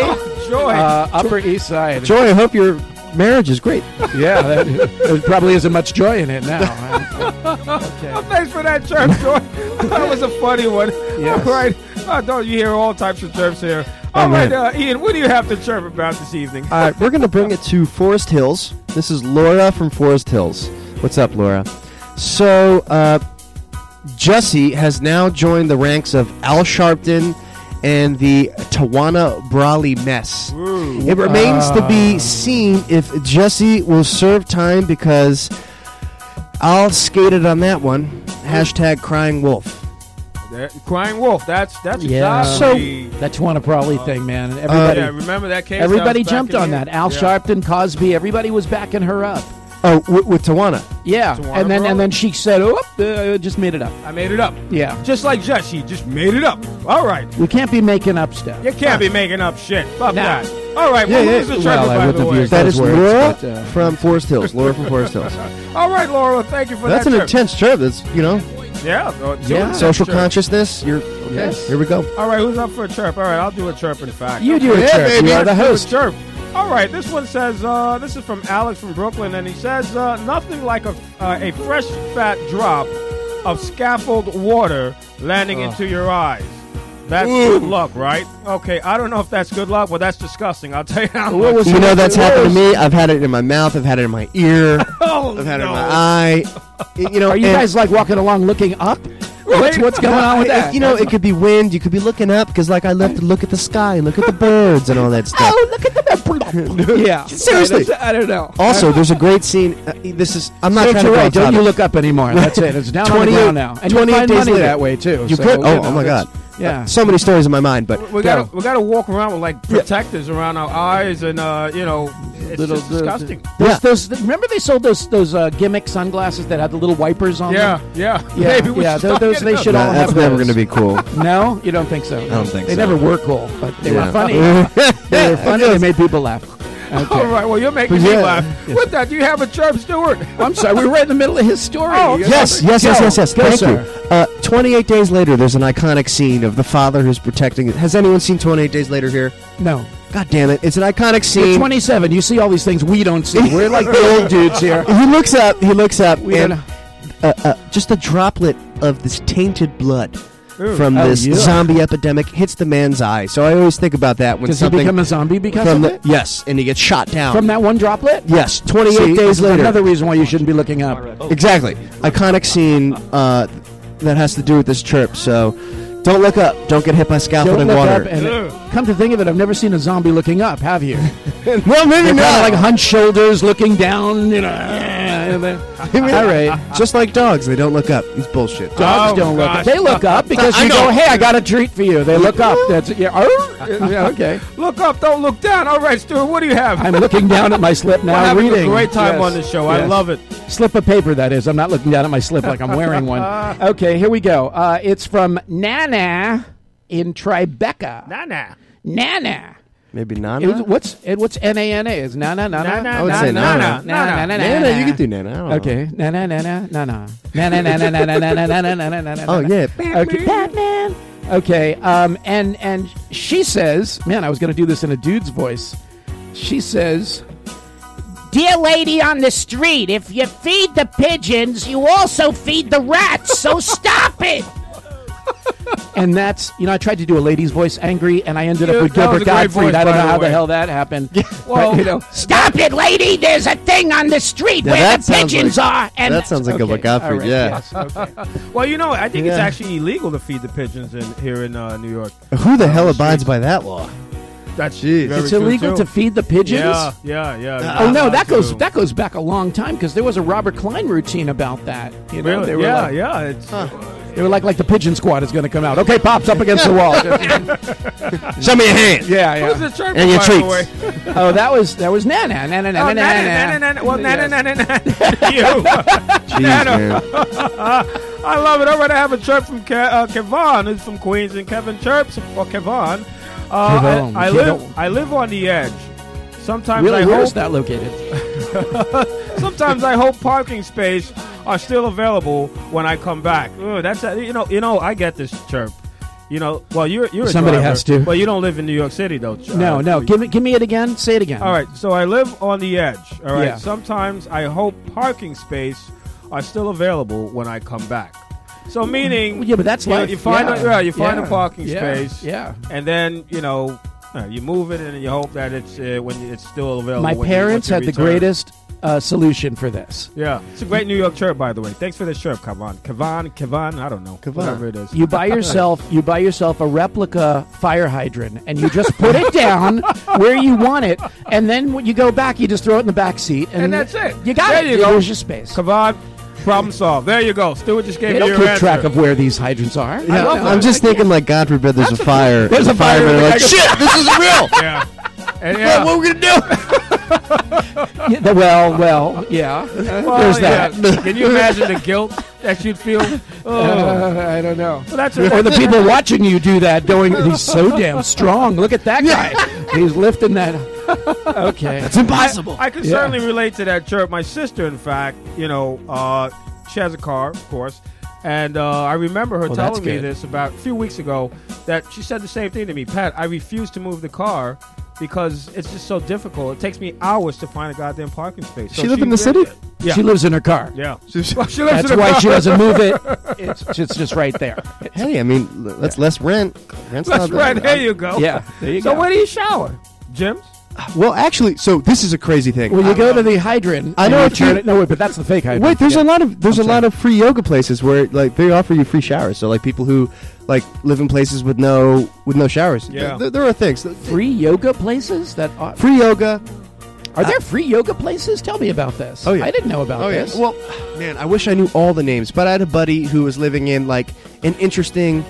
S2: Joy.
S4: uh, Upper East Side.
S3: Joy, I hope your marriage is great.
S4: Yeah, that, there probably isn't much joy in it <laughs> now. okay.
S2: Thanks for that chirp,
S4: <laughs>
S2: Joy. that was a funny one.
S4: Yes.
S2: All right. Uh, don't you hear all types of chirps here? All
S3: Oh,
S2: right,
S3: man.
S2: uh, Ian, what do you have to chirp about this evening?
S4: Uh,
S3: All right, we're going to bring it to Forest Hills. This is Laura from Forest Hills. What's up, Laura? So, uh, Jussie has now joined the ranks of Al Sharpton and the Tawana Brawley mess.
S2: Ooh.
S3: It remains to
S4: Ah.
S3: be seen if Jesse will serve time because I'll skate it on that one. Hashtag crying wolf.
S2: There- Crying Wolf. That's that's
S4: Yeah. Uh,
S2: exactly.
S4: That Tawana Brawley thing, man. Everybody,
S2: yeah, remember that case?
S4: everybody
S2: that was back
S4: jumped
S2: in
S4: on
S2: here?
S4: that. Al
S2: Yeah.
S4: Sharpton, Cosby, everybody was backing her up.
S3: Oh, with, with Tawana.
S4: Yeah,
S2: Tawana
S4: and then
S2: Brawley.
S4: and then she said, "Oh, uh, just made it up."
S2: I made it up.
S4: Yeah,
S2: Just like Jesse, just made it up. All right.
S4: we can't be making up stuff.
S2: You can't be making up shit. Fuck
S4: Nah.
S2: that. All right.
S3: Yeah,
S2: well,
S3: yeah.
S2: who's the chirper,
S4: Well, I
S2: by
S4: wouldn't
S2: the
S4: have
S2: way?
S4: used
S3: That is
S4: Those words,
S3: Laura
S4: but, uh,
S3: from Forest Hills. Laura from Forest Hills.
S4: <laughs>
S2: All right, Laura. Thank you for
S3: That's
S2: that.
S3: an
S2: chirp.
S3: intense chirp. That's you know
S2: Yeah. uh, two
S4: Yeah.
S2: in a
S3: social
S2: chirp.
S3: consciousness. You're okay.
S4: Yes.
S3: Here we go.
S2: All right, who's up for a chirp? All right, I'll do a chirp in fact.
S4: You do a
S3: Yeah,
S4: chirp.
S3: baby.
S4: You are the
S2: I'll do a
S4: host.
S2: chirp. All right, this one says, uh, this is from Alex from Brooklyn, and he says, uh, nothing like a, uh, a fresh, fat drop of scaffold water landing into your eyes. That's good luck, right? Okay, I don't know if that's good luck, but that's disgusting. I'll tell you how much.
S4: was
S3: You know
S4: it?
S3: that's happened to me. I've had it in my mouth. I've had it in my
S4: <laughs>
S3: ear.
S2: Oh,
S3: I've had it
S2: no.
S3: in my eye. It- you know,
S4: Are you
S3: and-
S4: guys like walking along looking up? What's, what's going
S3: <laughs>
S4: on with
S3: It-
S4: that?
S3: You know, it could be wind. You could be looking up because, like, I love to look at the sky, look at the birds, and all that stuff.
S4: look at the <laughs> yeah.
S3: Seriously.
S4: I don't know.
S3: Also, there's a great scene. Uh, this is. I'm not
S4: So
S3: trying
S4: you're
S3: to go
S4: right.
S3: off
S4: Don't you
S3: topic.
S4: look up anymore. That's it. It's down on the
S3: 28
S4: ground now. And you
S3: 28
S4: find
S3: days
S4: money
S3: later.
S4: that way too.
S3: You
S4: so,
S3: could. Oh,
S4: know,
S3: oh my
S4: that's-
S3: God.
S4: Yeah.
S3: So many stories in my mind, but
S2: We
S4: Go.
S2: got we got to walk around with like protectors around our eyes, and uh, you know, it's
S4: Little-
S2: just
S4: little-
S2: disgusting.
S4: Those,
S3: Yeah.
S4: those, remember they sold those those uh, gimmick sunglasses that had the little wipers on
S2: Yeah,
S4: them?
S2: yeah, <laughs>
S4: Yeah,
S2: Maybe we
S4: yeah,
S2: should
S4: tho-
S2: stop
S4: those-
S2: getting
S4: they
S2: up.
S4: should all-
S3: Nah, that's
S4: have
S3: never
S4: those.
S3: going to be
S4: <laughs>
S3: cool.
S4: No? You don't think so? I
S3: don't think
S4: They
S3: so.
S4: never were cool, but they were
S3: Yeah.
S4: funny.
S3: <laughs>
S4: they were funny. They made people laugh. Okay.
S2: All right, well, you're making me
S3: Yeah.
S2: laugh. With that, do you have a chirp, Stewart?
S4: I'm sorry, we were right in the middle of his story.
S2: Oh, okay.
S3: Yes, yes, yes,
S4: Go.
S3: yes, yes.
S4: Go,
S3: Thank
S4: sir.
S3: you. Uh, 28 days later, there's an iconic scene of the father who's protecting. Has anyone seen 28 Days Later here?
S4: No.
S3: God damn it! It's an iconic
S4: You're
S3: scene.
S4: 27. You see all these things we don't see. <laughs> We're like the old dudes
S3: <laughs>
S4: here.
S3: he looks up. He looks up,
S4: We
S3: and
S4: don't-
S3: uh, uh, just a droplet of this tainted blood from
S4: Oh,
S3: this
S4: yeah.
S3: zombie epidemic hits the man's eye. So I always think about that when
S4: Does he
S3: something
S4: become a zombie because
S3: from
S4: of
S3: the
S4: it?
S3: yes, and he gets shot down.
S4: From that one droplet?
S3: yes,
S4: See,
S3: 28
S4: this
S3: days
S4: is
S3: later.
S4: Another reason why you shouldn't be looking up.
S3: exactly iconic scene. Uh, that has to do with this chirp. So don't look up. Don't get hit by scaffold and
S4: Don't look
S3: water.
S4: up. And come to think of it, I've never seen a zombie looking up. Have <laughs> you?
S3: well, maybe
S4: They're kind
S3: not.
S4: of
S3: <laughs>
S4: like hunched shoulders, looking down. You know. eh, and they're-
S3: All right. Just like dogs, they don't look up. It's bullshit.
S4: Dogs
S2: Oh,
S4: don't look
S2: gosh.
S4: up. They look up because
S3: I
S4: you
S3: know.
S4: go, "Hey, I got a treat for you." They look up. That's yeah. oh, yeah, okay.
S2: Look up, don't look down. All right, Stuart, what do you have?
S4: I'm looking down at my slip now.
S2: We're having
S4: reading.
S2: a great time
S4: Yes,
S2: on this show. I
S4: yes.
S2: love it.
S4: Slip of paper, that is. I'm not looking down at my slip like I'm
S2: <laughs>
S4: wearing one. Okay, here we go. Uh, it's from Nana in Tribeca.
S2: Nah, nah.
S4: Nana.
S3: Maybe
S4: It was,
S3: Nana.
S4: what's it, what's N A N A? Is Nana Oh, Nana?
S2: Nana,
S3: I would say
S2: Nana,
S3: Nana.
S2: Nana.
S3: Nana, you could do Nana. I don't know.
S4: Okay. Nana Nana Nana Nana Nana Nana Nana Nana Nana Nana.
S3: Oh yeah.
S4: Okay, <laughs> Batman. Okay, um, and and she says, "Man, I was going to do this in a dude's voice." She says, "Dear lady on the street, if you feed the pigeons, you also feed the rats. So stop <laughs> it." And that's you know I tried to do a lady's voice angry and I ended
S2: Yeah,
S4: up with
S2: that was a
S4: Gilbert
S2: great
S4: Gottfried.
S2: voice,
S4: I don't
S2: by
S4: know
S2: the
S4: how the
S2: way.
S4: hell that happened.
S2: Well-
S4: But, you know, stop it, lady! There's a thing on the street
S3: Now
S4: where
S3: that
S4: the
S3: sounds
S4: pigeons
S3: like-
S4: are. And
S3: that sounds like Gilbert Gottfried,
S4: all
S3: yeah.
S4: yes, okay.
S2: Well, you know, I think it's
S3: Yeah.
S2: actually illegal to feed the pigeons in here in uh, New York.
S3: Who the hell abides by that law?
S2: That's
S3: Jeez.
S2: very
S4: It's
S2: true,
S4: illegal
S2: too.
S4: to feed the pigeons.
S2: Yeah, yeah, yeah.
S4: Oh no,
S2: Not
S4: that goes
S2: to-
S4: that goes back a long time because there was a Robert Klein routine about that. You know,
S2: Really?
S4: they were
S2: yeah,
S4: like,
S2: yeah. It's,
S4: they were like like the pigeon squad is going to come out. Okay, pops up against the
S2: <laughs>
S4: wall. yeah,
S3: Show me your hand.
S2: Who's
S4: yeah.
S2: the chirper,
S3: And your
S2: by
S3: treats.
S2: the way?
S4: Oh, that was that was na na na na
S2: Oh,
S4: na na na na.
S2: Well, na-
S4: Yes.
S2: na- na- na- na- You.
S3: Jeez,
S4: <laughs>
S3: man.
S2: I love it. All right, I have a chirp from Ke- uh, Kevon, who's from Queens, and Kevin chirps or Kevon. Uh,
S4: Kevon,
S2: I, I
S4: Kevon.
S2: live. I live on the edge. Sometimes
S4: Really,
S2: I
S4: where
S2: hope.
S4: is that located?
S2: Sometimes I hope parking space are still available when I come back. Ugh, that's a, you know you know I get this chirp. You know, well you're you're a
S4: Somebody
S2: driver,
S4: has to.
S2: Well, you don't live in New York City though. Ch-
S4: No,
S2: uh,
S4: no.
S2: we-
S4: Give me give me it again. Say it again.
S2: all right, so I live on the edge. All right,
S4: Yeah.
S2: sometimes I hope parking space are still available when I come back. So meaning,
S4: Well, yeah, but that's
S2: you, know,
S4: life.
S2: you find
S4: Yeah.
S2: a, yeah, you find a
S4: Yeah.
S2: parking
S4: Yeah.
S2: space,
S4: Yeah.
S2: and then you know uh, you move it and you hope that it's uh, when it's still available.
S4: My
S2: when you-
S4: parents
S2: once
S4: had
S2: you
S4: the
S2: return.
S4: greatest uh, solution for this.
S2: Yeah, it's a great New York chirp, by the way. Thanks for the chirp, Kavan. Kavan, Kavan, I don't know.
S3: Kavan.
S2: Whatever it is. <laughs>
S4: You buy yourself you buy yourself a replica fire hydrant and you just put
S2: <laughs>
S4: it down where you want it, and then when you go back, you just throw it in the back seat, and,
S2: And that's it.
S4: You got
S2: There
S4: it.
S2: you go.
S4: Lose your space.
S2: Kavan, problem solved. There you go. Stuart just gave
S4: They
S2: you
S4: don't
S2: your
S4: keep
S2: answer.
S4: track of where these hydrants are. I don't know.
S3: I'm just thinking, like, God forbid there's a fire.
S4: There's
S3: The
S4: a fire
S3: firemen
S4: in
S3: are
S4: the
S3: like, shit, this isn't
S4: <laughs>
S3: real.
S2: Yeah. And yeah.
S3: What are we going to
S4: Yeah, the- well, well, yeah.
S2: Well,
S4: There's that.
S2: yeah. <laughs> Can you imagine the guilt that you'd feel? Oh.
S4: Uh, I don't know.
S2: Well, that's
S4: Or the people watching you do that, going, he's so damn strong. Look at that guy. he's lifting that. Okay.
S3: It's impossible.
S2: I can
S4: Yeah.
S2: certainly relate to that chirp. My sister, in fact, you know, uh, she has a car, of course, and uh, I remember her
S4: Well, that's
S2: telling me
S4: good.
S2: this about a few weeks ago that she said the same thing to me. Pat, I refuse to move the car because it's just so difficult. It takes me hours to find a goddamn parking space. So
S3: She lived in the city?
S2: Yeah.
S4: She lives in her car.
S2: yeah. Well, she lives
S4: That's
S2: in a
S4: why
S2: car.
S4: she doesn't move it. It's, it's just right there.
S3: Hey, I mean, l- that's less rent. Rent's
S2: <laughs> That's
S3: not
S2: right.
S3: that.
S2: There you go.
S4: Yeah, there you
S2: so
S4: go.
S2: where do you shower? Jim's?
S3: Well, actually, so this is a crazy thing.
S4: Well, you go to the hydrant.
S3: I
S4: and
S3: know
S4: you
S3: if
S4: turn
S3: you-
S4: it. No, wait, but that's the fake hydrant.
S3: Wait, there's
S4: Yeah.
S3: a lot of there's
S4: I'm
S3: a lot
S4: sorry.
S3: of free yoga places where like they offer you free showers. So like people who like live in places with no with no showers.
S2: Yeah.
S3: there, there are things.
S4: free yoga places that are,
S3: Free yoga.
S4: are there free yoga places? Tell me about this.
S3: Oh, yeah.
S4: I didn't know about this.
S3: Well, man, I wish I knew all the names, but I had a buddy who was living in like an interesting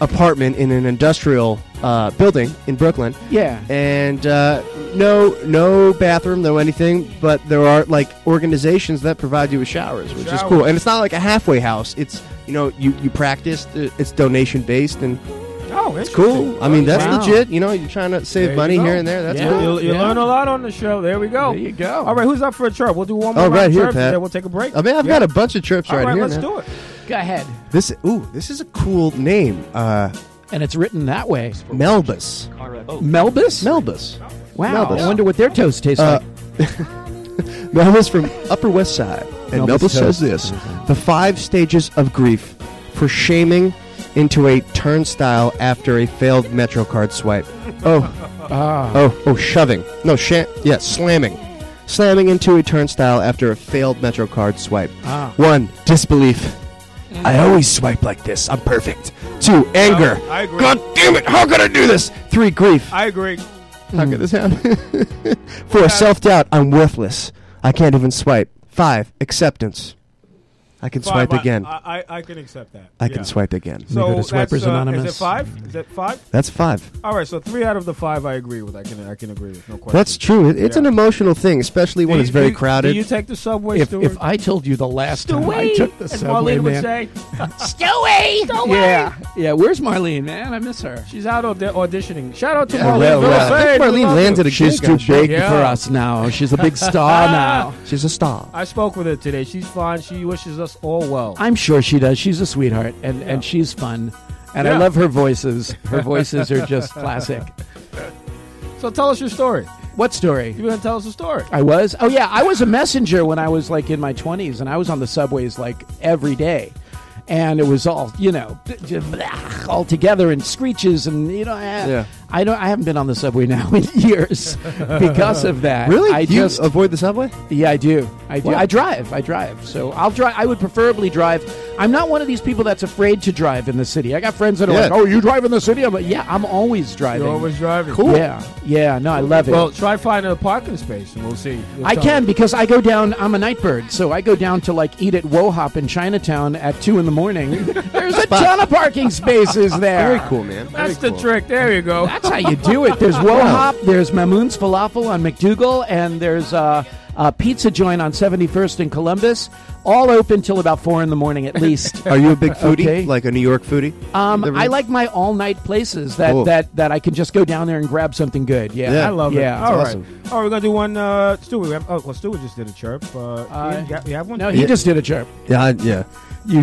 S3: apartment in an industrial uh, building in Brooklyn.
S4: yeah.
S3: and uh, no no bathroom no anything but there are like organizations that provide you with showers which is
S2: Showers.
S3: cool and it's not like a halfway house it's you know you you practice uh, it's donation based and
S2: Oh, it's
S3: cool i mean that's
S4: Wow.
S3: legit you know you're trying to save
S2: There you
S3: money
S2: go.
S3: here and there that's
S4: Yeah.
S3: cool
S2: You'll, you'll
S4: Yeah.
S2: learn a lot on the show. There we go.
S4: There you go.
S2: All right, who's up for a chirp? We'll do one more
S3: Oh,
S2: round
S3: right
S2: of
S3: here,
S2: chirps,
S3: Pat.
S2: and then we'll take a break.
S3: i mean i've
S2: Yeah.
S3: got a bunch of trips
S2: All
S3: right,
S2: right,
S3: here
S2: let's
S3: man.
S2: do it.
S4: Go ahead.
S3: this ooh this is a cool name uh
S4: And it's written that way.
S3: melbus
S4: Melbus?
S3: melbus
S4: wow.
S3: Melbus.
S4: I wonder what their toast tastes
S3: Uh,
S4: like.
S3: Melba's from Upper West Side, and
S4: Melba
S3: Melba says
S4: says-
S3: this: the five stages of grief for shaming into a turnstile after a failed MetroCard swipe. Oh,
S2: uh,
S4: Ah.
S3: oh, oh, shoving. No, sha- yeah, slamming, slamming into a turnstile after a failed MetroCard swipe.
S4: Ah.
S3: One, disbelief. I always swipe like this. I'm perfect. Two, anger.
S2: Oh, I- I agree.
S3: God damn it! How could I do this? Three, grief.
S2: I agree.
S3: How
S2: Hmm.
S3: could this <laughs> happen? Four, self doubt. I'm worthless. I can't even swipe. Five, acceptance. I can
S2: Five,
S3: swipe again. I,
S2: I, I, I can accept that. Yeah.
S3: can swipe again.
S4: go
S2: So
S4: to Swipers
S2: that's, uh,
S4: Anonymous.
S2: Is it five? Is it five?
S3: That's five.
S2: All right. So three out of the five, I agree with. I can I can agree with. No question.
S3: That's true. It, it's
S2: Yeah.
S3: an emotional thing, especially when
S2: Do
S3: it's
S2: you-
S3: very
S2: do you-
S3: crowded.
S2: Do you take the subway,
S4: If,
S2: Stuart?
S4: if I told you the last time I took the
S2: as
S4: subway,
S2: Marlene would
S4: man.
S2: say,
S4: Stewie! Yeah, yeah. Where's Marlene, man? I miss her.
S2: she's out aud- auditioning. Shout out to
S3: Yeah,
S2: Marlene. Little
S3: well, well, I
S2: Fade,
S3: think
S2: we
S3: Marlene
S2: love
S3: landed
S2: you.
S3: a
S4: She's
S3: gig on
S4: too
S3: Shark
S4: big
S2: Yeah.
S4: for us now. She's a big star now.
S3: She's a star.
S2: I spoke with her today. She's fine. She wishes us all well.
S4: I'm sure she does. She's a sweetheart, and, and she's fun. And I
S2: Yeah.
S4: love her voices. Her voices are just classic.
S2: so tell us your story.
S4: What story?
S2: You gonna tell us a story?
S4: I was. Oh yeah, I was a messenger when I was like in my twenties, and I was on the subways like every day, and it was all you know, all together and screeches, and you know, I,
S3: Yeah.
S4: I don't. I haven't been on the subway now in <laughs> years because of that.
S3: Really?
S4: I
S3: you
S4: just.
S3: avoid the subway?
S4: Yeah, I do. I do.
S3: Wow.
S4: I drive. I drive. So I'll drive. I would preferably drive. I'm not one of these people that's afraid to drive in the city. I got friends that are
S3: Yeah.
S4: like, "Oh, you drive in the city?" I'm like, "Yeah, I'm always driving."
S2: You're always driving.
S4: Yeah, yeah. No, I love it.
S2: Well, try finding a parking space, and we'll see. We'll
S4: I
S2: tell
S4: can
S2: you.
S4: because I go down. I'm a night bird, so I go down to like eat at Wohop in Chinatown at two in
S3: <laughs>
S4: the morning. There's a ton of parking spaces there.
S3: Very cool, man.
S2: That's the trick. There you go.
S4: <laughs> That's how you do
S3: <laughs>
S4: it. There's Wohop. There's Mamoon's Falafel on McDougal, and there's uh, a pizza joint on 71st in Columbus. All open till about four in the morning at
S3: <laughs>
S4: least.
S3: Are you a big foodie?
S4: Okay.
S3: Like a New York foodie?
S4: Um,
S3: Never-
S4: I like my all night places that,
S3: Cool.
S4: that that I can just go down there and grab something good. Yeah,
S3: Yeah.
S2: I love
S4: Yeah,
S2: it. All right.
S3: awesome.
S2: All right, we're gonna do one. Uh, Stuart, we have, oh, well, Stuart just did a chirp. Uh, Ian, you, have, you have one?
S4: No, he
S3: Yeah.
S4: just did a chirp.
S3: Yeah, I, yeah.
S4: You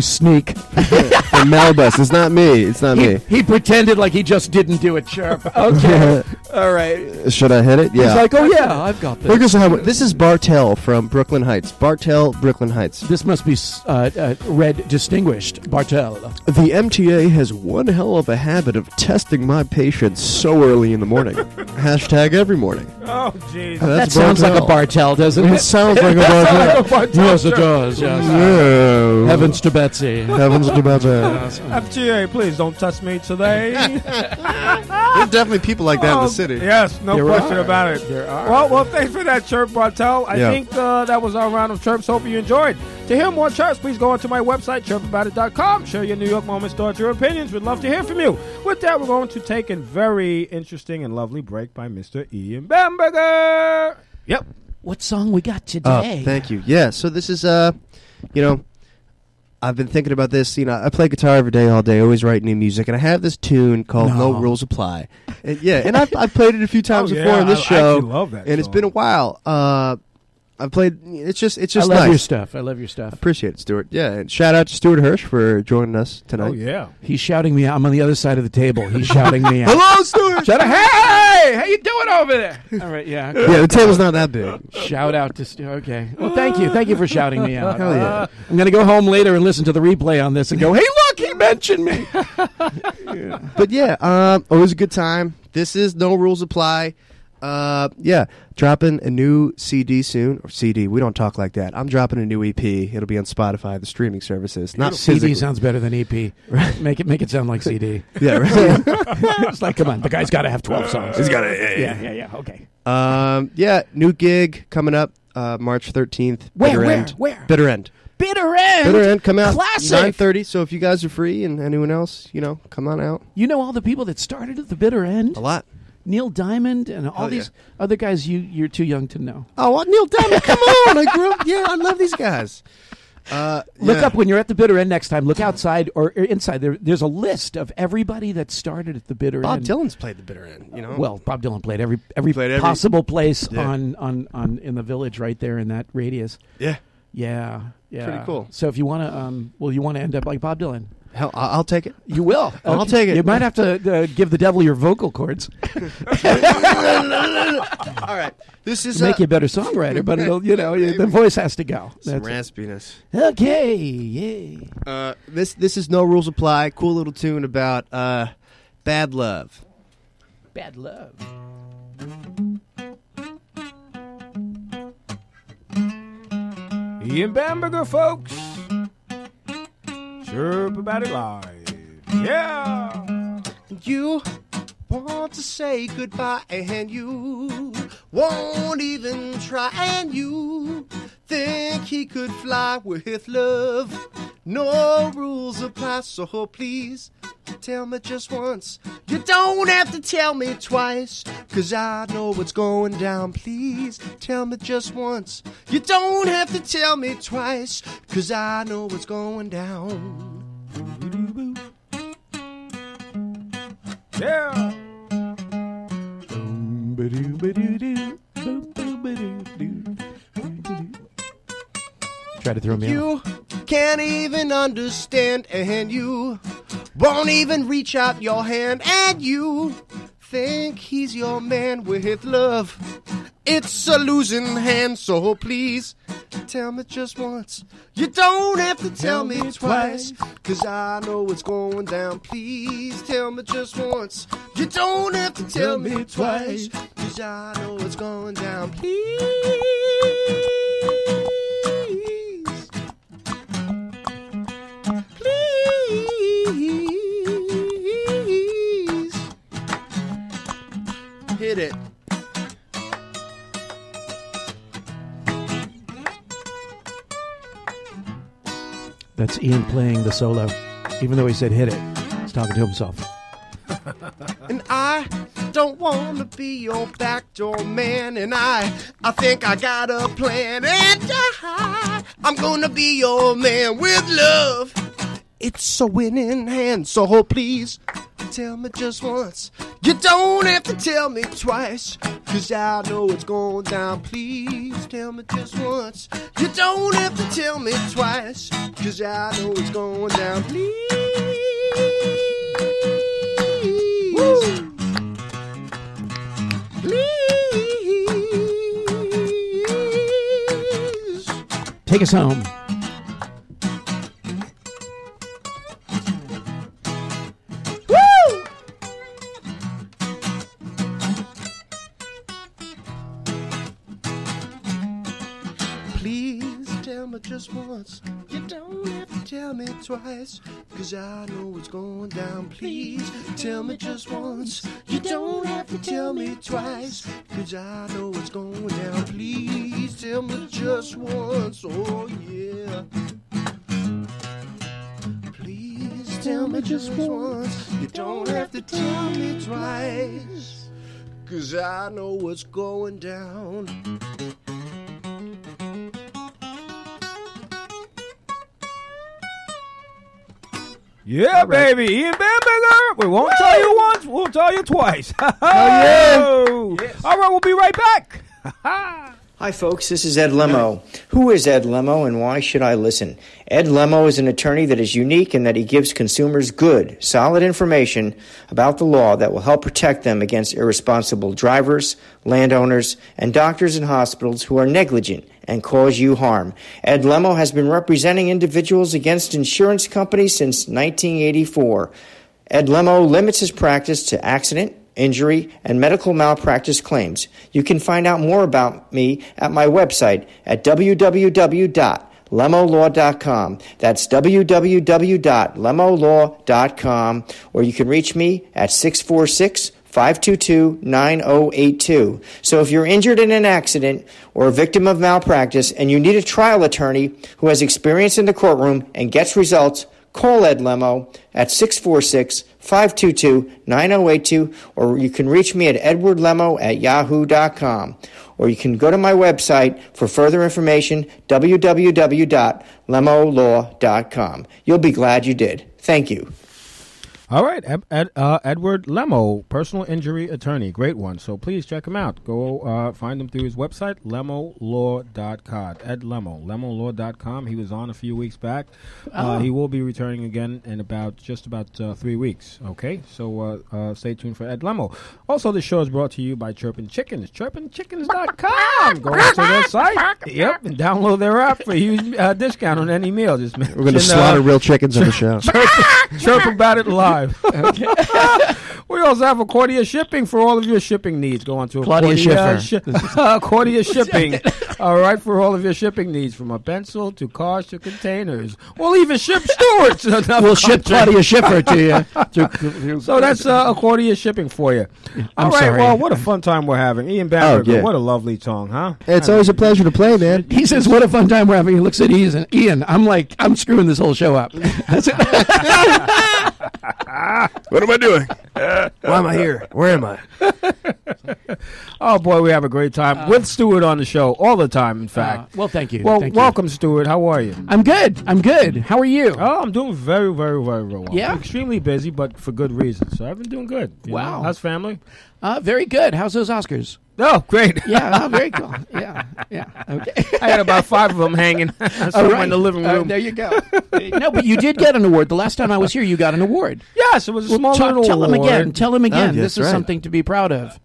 S2: <laughs>
S4: sneak.
S3: From Malbus. It's not me. It's not
S4: He,
S3: me.
S4: he pretended like he just didn't do
S3: <laughs>
S4: a chirp. Okay. All right.
S3: Should I hit it? Yeah.
S4: He's like, oh, yeah, I've got
S3: Look,
S4: this.
S3: this, is how- this is Bartel from Brooklyn Heights. Bartel, Brooklyn Heights.
S4: This must be uh, uh, red distinguished Bartel.
S3: The MTA has one hell of a habit of testing my patients so early in the <laughs> morning. Hashtag every morning.
S2: Oh, jeez.
S4: <laughs> that sounds like a Bartel, doesn't
S3: It
S4: it?
S3: sounds like a Bartel.
S4: yes, it does. Yes.
S3: No.
S4: Heavens to Betsy.
S3: Heavens to Betsy.
S2: FTA, please don't touch me
S4: <laughs>
S2: today. <laughs>
S3: There's definitely people like that in
S2: Oh,
S3: the city.
S2: Yes, no
S4: There
S2: question
S4: are.
S2: about it.
S4: There are.
S2: Well, well, thanks for that chirp, Bartel. I
S3: Yeah.
S2: think uh, that was our round of chirps. Hope you enjoyed. To hear more chirps, please go onto my website, chirpaboutit.com. Share your New York moments, thoughts, your opinions. We'd love to hear from you. With that, we're going to take a very interesting and lovely break by Mr. Ian Bamberger. Yep.
S4: What song we got
S3: Uh,
S4: today?
S3: thank you. Yeah. So this is uh, you know, I've been thinking about this. You know, I play guitar every day, all day, always write new music, and I have this tune called "No,
S4: No.
S3: Rules Apply." And, yeah, and I've, I've played it a few
S2: <laughs>
S3: times
S2: Oh,
S3: before
S2: yeah,
S3: on this
S2: I- I
S3: show.
S2: actually love that
S3: And it's
S2: song.
S3: been a while. Uh, I played. It's just it's
S4: I
S3: just
S4: love
S3: nice.
S4: your stuff. I love your stuff.
S3: Appreciate it, Stuart. Yeah, and shout out to Stuart Hirsch for joining us tonight.
S2: Oh, yeah.
S4: He's shouting me out. I'm on the other side of the table. <laughs> He's shouting me out.
S3: Hello, Stuart.
S4: Shout out, hey, how you doing over there? All right, yeah. <laughs> okay.
S3: yeah, the table's not that big.
S4: Shout out to Stu. Okay. Well, thank you. Thank you for shouting me out.
S3: Hell yeah.
S4: I'm going to go home later and listen to the replay on this and go, hey, look, he mentioned me.
S3: but yeah, um, always a good time. This is no rules apply. Uh, yeah, dropping a new CD soon or CD. We don't talk like that. I'm dropping a new EP. It'll be on Spotify, the streaming services. Not
S4: CD
S3: physically.
S4: sounds better than EP. Make it make it sound like <laughs> CD.
S3: Yeah, right.
S4: it's like, come on, the guy's got to have 12 songs.
S3: He's got it.
S4: yeah, yeah, yeah. Okay.
S3: <laughs> Um, yeah, new gig coming up uh, March 13th.
S4: Where,
S3: Bitter
S4: where,
S3: end.
S4: where?
S3: Bitter end.
S4: Bitter End.
S3: Bitter end. Come out.
S4: Classic.
S3: 9:30. So if you guys are free and anyone else, you know, come on out.
S4: You know all the people that started at the Bitter End?
S3: A lot.
S4: Neil Diamond and all
S3: Hell yeah.
S4: these other guys you, you're too young to know.
S3: Oh, well, Neil Diamond. <laughs> come on. I grew up. Yeah, I love these guys. Uh,
S4: Look
S3: yeah.
S4: up when you're at the bitter end next time. Look outside or, or inside. There, there's a list of everybody that started at the bitter
S3: Bob
S4: end.
S3: Dylan's played the bitter end. You know.
S4: Well, Bob Dylan played every every
S3: played every-
S4: possible place
S3: Yeah.
S4: on, on on in the village right there in that radius.
S3: Yeah.
S4: Yeah, yeah,
S3: Pretty cool.
S4: So if you want to, um, well, you want to end up like Bob Dylan.
S3: Hell, I- I'll take it.
S4: You will.
S3: I'll take it.
S4: You might have to uh, give the devil your vocal cords
S3: <laughs>
S4: <laughs>
S3: All right. This is uh,
S4: to make you a better songwriter, but it'll, you know, the voice has to go. That's it.
S3: raspiness.
S4: Okay, yay.
S3: Uh, this this is no rules apply. Cool little tune about uh, bad love.
S4: Bad love.
S2: Ian Bamberger, folks. Chirp about it live. Yeah.
S3: You want to say goodbye and you won't even try and you think he could fly with love. No rules apply, so please tell me just once. You don't have to tell me twice, cause I know what's going down. Please tell me just once. You don't have to tell me twice, cause I know what's going down.
S2: Yeah.
S4: Try to throw me off.
S3: You can't even understand, and you won't even reach out your hand, and you think he's your man with love. It's a losing hand, so please tell me just once. You don't have to tell, me, twice, cause I know what's going down. Please tell me just once. You don't have to tell, me, twice, cause I know what's going down. Please. Please hit it.
S4: That's Ian playing the solo. Even though he said hit it, he's talking to himself.
S3: And I don't want to be your backdoor man. And I, I think I got a plan. And I, I'm going to be your man with love. It's a winning hand, so please tell me just once. You don't have to tell me twice, cause I know it's going down. Please tell me just once. You don't have to tell me twice, cause I know it's going down. Please. Please.
S4: Take us home.
S3: Please tell me just once. You don't have to tell me twice. Cause I know what's going down. Please tell me just once. You don't have to tell me twice. Cause I know what's going down. Please tell me just once. Oh, yeah. Please tell me just once. You don't have to tell me twice. Cause I know what's going down.
S2: Yeah, baby. Ian Bamberger. We won't tell you once. We'll tell you twice. <laughs> oh, yeah. All right, we'll be right back.
S6: Hi, folks. This is Ed Lemo. Who is Ed Lemo and why should I listen? Ed Lemo is an attorney that is unique in that he gives consumers good, solid information about the law that will help protect them against irresponsible drivers, landowners, and doctors and hospitals who are negligent and cause you harm. Ed Lemo has been representing individuals against insurance companies since 1984. Ed Lemo limits his practice to accident, injury, and medical malpractice claims. You can find out more about me at my website at www.lemolaw.com. That's www.lemolaw.com, or you can reach me at 646 522 9082. So if you're injured in an accident or a victim of malpractice and you need a trial attorney who has experience in the courtroom and gets results, call Ed Lemo at 646 522 9082, or you can reach me at edwardlemo at yahoo.com. Or you can go to my website for further information www.lemolaw.com. You'll be glad you did. Thank you.
S2: All right, Ed, Ed, uh, Edward Lemo, personal injury attorney. Great one. So please check him out. Go uh, find him through his website, lemolaw.com. Ed Lemo, lemolaw.com. He was on a few weeks back. Uh, he will be returning again in about just about uh, three weeks. Okay, so uh, uh, stay tuned for Ed Lemo. Also, this show is brought to you by Chirpin Chickens, chirpinchickens.com. Go to their site. Yep, and download their app for a huge uh, discount on any meal. Just uh, <laughs>
S7: We're going to slaughter real chickens on the show.
S2: Chirp about it live. <laughs> We also have Accordia Shipping for all of your shipping needs. Go on to
S4: Claudia
S2: Accordia,
S4: Schiffer.
S2: Shi- <laughs> Accordia Shipping. all right, for all of your shipping needs, from a pencil to cars to containers. We'll even ship stewards. <laughs>
S4: We'll ship Claudia Schiffer to you. <laughs> To- to-
S2: So that's uh, Accordia Shipping for you.
S4: I'm
S2: all right,
S4: sorry.
S2: well, what a fun time we're having. Ian Bamberger,
S3: yeah.
S2: what a lovely song, huh?
S3: It's always a pleasure to play, man.
S4: he says, "What a fun time we're having." He looks at Ian. Ian, I'm like, I'm screwing this whole show up. <laughs> That's it.
S8: What am I doing?
S1: Why am I here? Where am I?
S2: <laughs> Oh, boy, we have a great time with Stewart on the show all the time, in
S4: Uh,
S2: fact.
S4: <laughs> well, thank you.
S2: well,
S4: Thank you.
S2: welcome, Stewart. How are you?
S4: I'm good. I'm good. How are you?
S2: Oh, I'm doing very, very, very, very well.
S4: Yeah?
S2: Extremely busy, but for good reasons. So I've been doing good. you
S4: Wow.
S2: know. How's family?
S4: Uh, very good. How's those Oscars?
S2: Oh, great.
S4: Yeah, oh, very cool. Yeah, yeah. Okay.
S2: <laughs> I had about five of them hanging <laughs> somewhere
S4: <laughs> All right.
S2: in the living
S4: Uh,
S2: room.
S4: there you go. no, but you did get an award. The last time I was here, you got an award.
S2: yes, it was a
S4: Well,
S2: small
S4: talk-
S2: little
S4: tell him
S2: award. Ah,
S4: again. Tell him again.
S3: yes,
S4: this is
S3: right.
S4: something to be proud of.